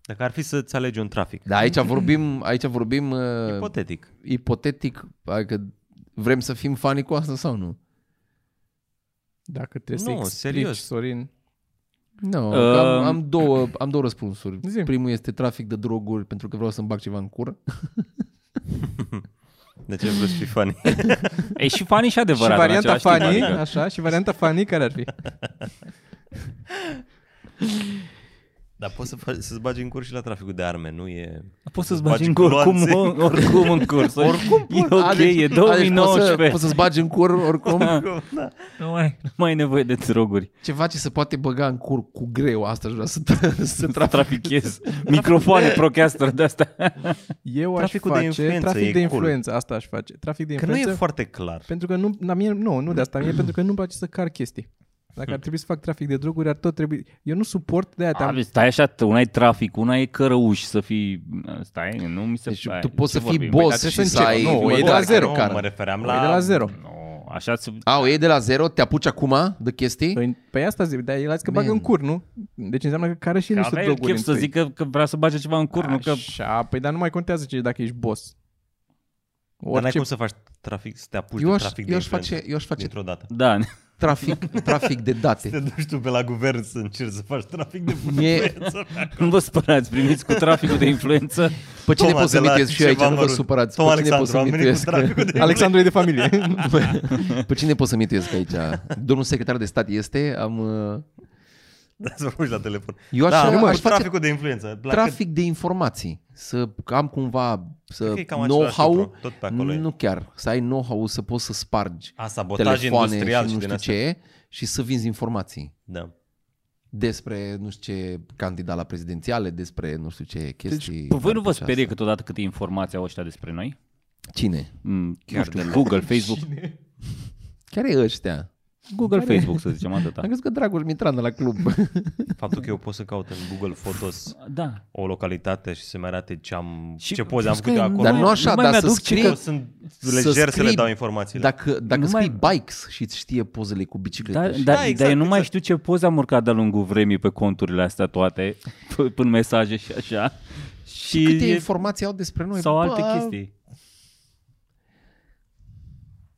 Speaker 4: Dacă ar fi să-ți alegi un trafic,
Speaker 1: Dar aici vorbim, aici vorbim uh,
Speaker 4: ipotetic,
Speaker 1: ipotetic, adică vrem să fim fani cu asta sau nu?
Speaker 2: Dacă trebuie să
Speaker 4: Nu,
Speaker 2: explici,
Speaker 4: serios.
Speaker 2: Sorin.
Speaker 1: Nu,
Speaker 3: Uh,
Speaker 1: no, am, am, două, am două răspunsuri.
Speaker 2: Zi.
Speaker 1: Primul este trafic de droguri pentru că vreau să-mi bag ceva în cură.
Speaker 4: de ce vreți să fii funny?
Speaker 3: <laughs> E și fanii și
Speaker 2: Și
Speaker 3: adevărat. în
Speaker 2: varianta
Speaker 3: același timp,
Speaker 2: funny,
Speaker 3: adică.
Speaker 2: așa, și varianta funny care ar fi?
Speaker 4: Dar poți să faci, să-ți bagi în cur și la traficul de arme, nu e...
Speaker 3: Poți să-ți
Speaker 4: Bagi
Speaker 3: bagi în
Speaker 4: cu
Speaker 3: curs, oricum,
Speaker 4: nuanțe.
Speaker 3: oricum în curs. Oricum, Adică e ok, e
Speaker 1: Deci poți, să,
Speaker 3: 2019.
Speaker 1: poți să-ți bagi în cur <laughs> oricum.
Speaker 3: Nu mai, nu mai ai nevoie de droguri.
Speaker 1: Ceva ce se poate băga în cur cu greu, asta aș vrea să, <laughs> să trafic.
Speaker 3: Trafichez. Microfoane, procaster de astea.
Speaker 2: Eu aș
Speaker 4: Traficul de
Speaker 2: face
Speaker 4: influență e
Speaker 2: trafic de
Speaker 4: cool.
Speaker 2: influență, asta aș face. Trafic de
Speaker 4: Că nu
Speaker 2: influență.
Speaker 4: e foarte clar.
Speaker 2: Pentru că nu, na, mie, nu, nu de asta, mie pentru că nu-mi place să car chestii. Dacă ar trebui să fac trafic de droguri, ar tot trebui... Eu nu suport de aia,
Speaker 3: Am...
Speaker 2: am,
Speaker 3: Deci Stai așa, t- una e trafic, una e cărăuși să fii... Stai, nu mi se
Speaker 1: Deci
Speaker 3: pare.
Speaker 1: tu poți
Speaker 3: Ce
Speaker 1: să fii
Speaker 3: vorbim?
Speaker 1: boss
Speaker 3: dar
Speaker 1: și
Speaker 3: trebuie
Speaker 1: să
Speaker 3: începem.
Speaker 1: ai-
Speaker 3: Nu,
Speaker 1: o
Speaker 4: Nu,
Speaker 1: iei de la zero,
Speaker 4: nu,
Speaker 1: Carmen.
Speaker 4: mă refeream
Speaker 2: la... de
Speaker 4: la...
Speaker 2: la zero.
Speaker 3: da, nu, așa să...
Speaker 1: A, o iei de la zero, te apuci acum de chestii?
Speaker 2: Păi, păi asta zic, dar el a zis că bagă
Speaker 1: Man.
Speaker 2: în cur, nu? Deci înseamnă că care și
Speaker 3: Că
Speaker 2: niște
Speaker 3: avea el
Speaker 2: droguri
Speaker 3: chef să
Speaker 2: întâi.
Speaker 3: zică că vrea să bage ceva în cur, nu că...
Speaker 2: Așa, păi dar nu mai contează ce dacă ești boss.
Speaker 4: Dar n-ai
Speaker 2: Orice
Speaker 4: cum să faci trafic, să te apuci
Speaker 1: Eu
Speaker 4: de
Speaker 1: aș,
Speaker 4: trafic de
Speaker 1: eu aș
Speaker 4: influență
Speaker 1: face, eu aș face
Speaker 4: dintr-o dată.
Speaker 3: Da, <laughs>
Speaker 1: trafic, trafic de
Speaker 4: Te
Speaker 1: date.
Speaker 4: duci tu pe la guvern să încerci să faci trafic de
Speaker 1: Mie,
Speaker 4: influență.
Speaker 3: nu vă spărați, primiți cu traficul de influență.
Speaker 1: pe cine
Speaker 4: Toma
Speaker 1: pot să
Speaker 4: de la
Speaker 1: mituiesc și eu aici,
Speaker 4: ceva
Speaker 1: nu vă
Speaker 4: mărunt.
Speaker 1: supărați.
Speaker 4: Tom
Speaker 1: Pe cine pot
Speaker 4: Alexandru,
Speaker 1: să
Speaker 4: am venit cu
Speaker 1: mituiesc?
Speaker 4: traficul de
Speaker 2: <laughs> Alexandru e de
Speaker 3: <laughs>
Speaker 2: familie.
Speaker 1: <laughs> Pe cine pot să mituiesc aici? Domnul secretar de stat este, am... uh,
Speaker 4: Da, să vorbești la telefon.
Speaker 1: Eu
Speaker 4: da,
Speaker 1: așa,
Speaker 4: am
Speaker 1: aș
Speaker 4: făcut
Speaker 1: face
Speaker 4: traficul de influență. La cât-
Speaker 1: trafic de informații. Să am cumva
Speaker 4: Cred
Speaker 1: să
Speaker 4: că e cam același
Speaker 1: know-how,
Speaker 4: lucru, tot pe acolo e.
Speaker 1: nu chiar, să ai know-how, să poți să spargi
Speaker 4: A, sabotaj
Speaker 1: telefoane
Speaker 4: industrial
Speaker 1: și
Speaker 4: și
Speaker 1: nu
Speaker 4: din
Speaker 1: știu
Speaker 4: astea.
Speaker 1: ce și să vinzi informații
Speaker 4: Da.
Speaker 1: despre nu știu ce candidat la prezidențiale, despre nu știu ce chestii.
Speaker 3: Păi voi nu vă
Speaker 1: Face
Speaker 3: sperie
Speaker 1: asta.
Speaker 3: câteodată câte informații au ăștia despre noi?
Speaker 1: Cine?
Speaker 3: Mm, nu știu, Google, Facebook.
Speaker 1: Chiar e ăștia?
Speaker 3: Google, Facebook, să zicem atâta.
Speaker 1: Am crezut că Dragoș Mitran de la club.
Speaker 4: Faptul că eu pot să caut în Google Fotos
Speaker 3: Da.
Speaker 4: o localitate și să-mi arate ce, am,
Speaker 3: Și-
Speaker 4: ce poze am
Speaker 3: știți
Speaker 4: făcut eu
Speaker 3: că
Speaker 4: acolo.
Speaker 1: Dar nu
Speaker 3: mai-
Speaker 1: așa,
Speaker 3: nu mai
Speaker 1: dar să
Speaker 3: mi-aduc ce
Speaker 1: scrie
Speaker 4: Eu sunt
Speaker 1: să
Speaker 4: lejer să le
Speaker 1: scrii-
Speaker 4: dau informațiile.
Speaker 1: Dacă, dacă
Speaker 3: Nu mai-
Speaker 1: scrii bikes și îți știe pozele cu bicicleta.
Speaker 3: Da,
Speaker 1: și-
Speaker 3: da, da, exact,
Speaker 4: exact,
Speaker 3: dar eu nu mai
Speaker 4: exact.
Speaker 3: știu ce poze am urcat de-a lungul vremii pe conturile astea toate, p- până mesaje și așa. Și
Speaker 1: Câte
Speaker 3: e-
Speaker 1: informații au despre noi?
Speaker 3: sau
Speaker 1: Bă,
Speaker 3: alte chestii.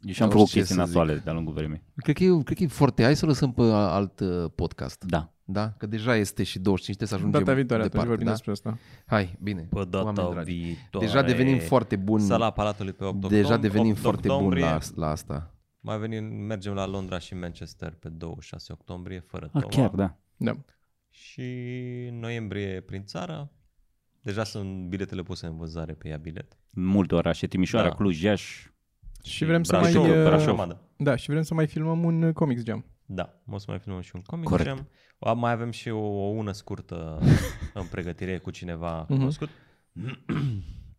Speaker 3: Eu și-am
Speaker 1: Nu
Speaker 3: făcut
Speaker 1: știu ce
Speaker 3: chestii
Speaker 1: să
Speaker 3: nasoale de-a lungul vremii.
Speaker 1: Cred că, e, cred că e foarte... Hai să lăsăm pe a- alt uh, podcast.
Speaker 3: Da.
Speaker 1: Da? Că deja este și 25, trebuie să ajungem
Speaker 2: Data viitoare atunci
Speaker 1: departe.
Speaker 2: vorbim
Speaker 1: Da?
Speaker 2: despre asta.
Speaker 1: Hai, bine.
Speaker 4: Pe data
Speaker 1: oameni dragi.
Speaker 4: viitoare.
Speaker 1: Deja devenim foarte buni.
Speaker 4: Sala Palatului pe 8 octombrie.
Speaker 1: Deja devenim
Speaker 4: 8
Speaker 1: foarte buni
Speaker 4: octombrie.
Speaker 1: la, la asta.
Speaker 4: Mai venim, mergem la Londra și Manchester pe 26 octombrie, fără
Speaker 3: A,
Speaker 1: Ah,
Speaker 4: Toma.
Speaker 3: chiar, da.
Speaker 2: Da.
Speaker 4: Și noiembrie prin țară. Deja sunt biletele puse în vânzare pe ea bilet.
Speaker 3: În Multe orașe, Timișoara,
Speaker 4: Da.
Speaker 3: Cluj, Iași.
Speaker 2: Și vrem să mai...
Speaker 4: Brașov,
Speaker 2: uh,
Speaker 4: Brașov. Armada.
Speaker 2: Da, și vrem să mai filmăm un uh, comics jam.
Speaker 4: Da, o să mai filmăm și un comic
Speaker 3: Corect.
Speaker 4: jam. A, Mai avem și o, o ună scurtă în pregătire cu cineva cunoscut.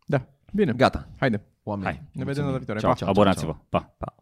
Speaker 2: Da, bine.
Speaker 1: Gata.
Speaker 2: Haide,
Speaker 1: Oameni.
Speaker 3: Hai.
Speaker 2: ne vedem data viitoare.
Speaker 3: Ceau,
Speaker 2: Pa.
Speaker 3: abonați-vă. Pa. pa.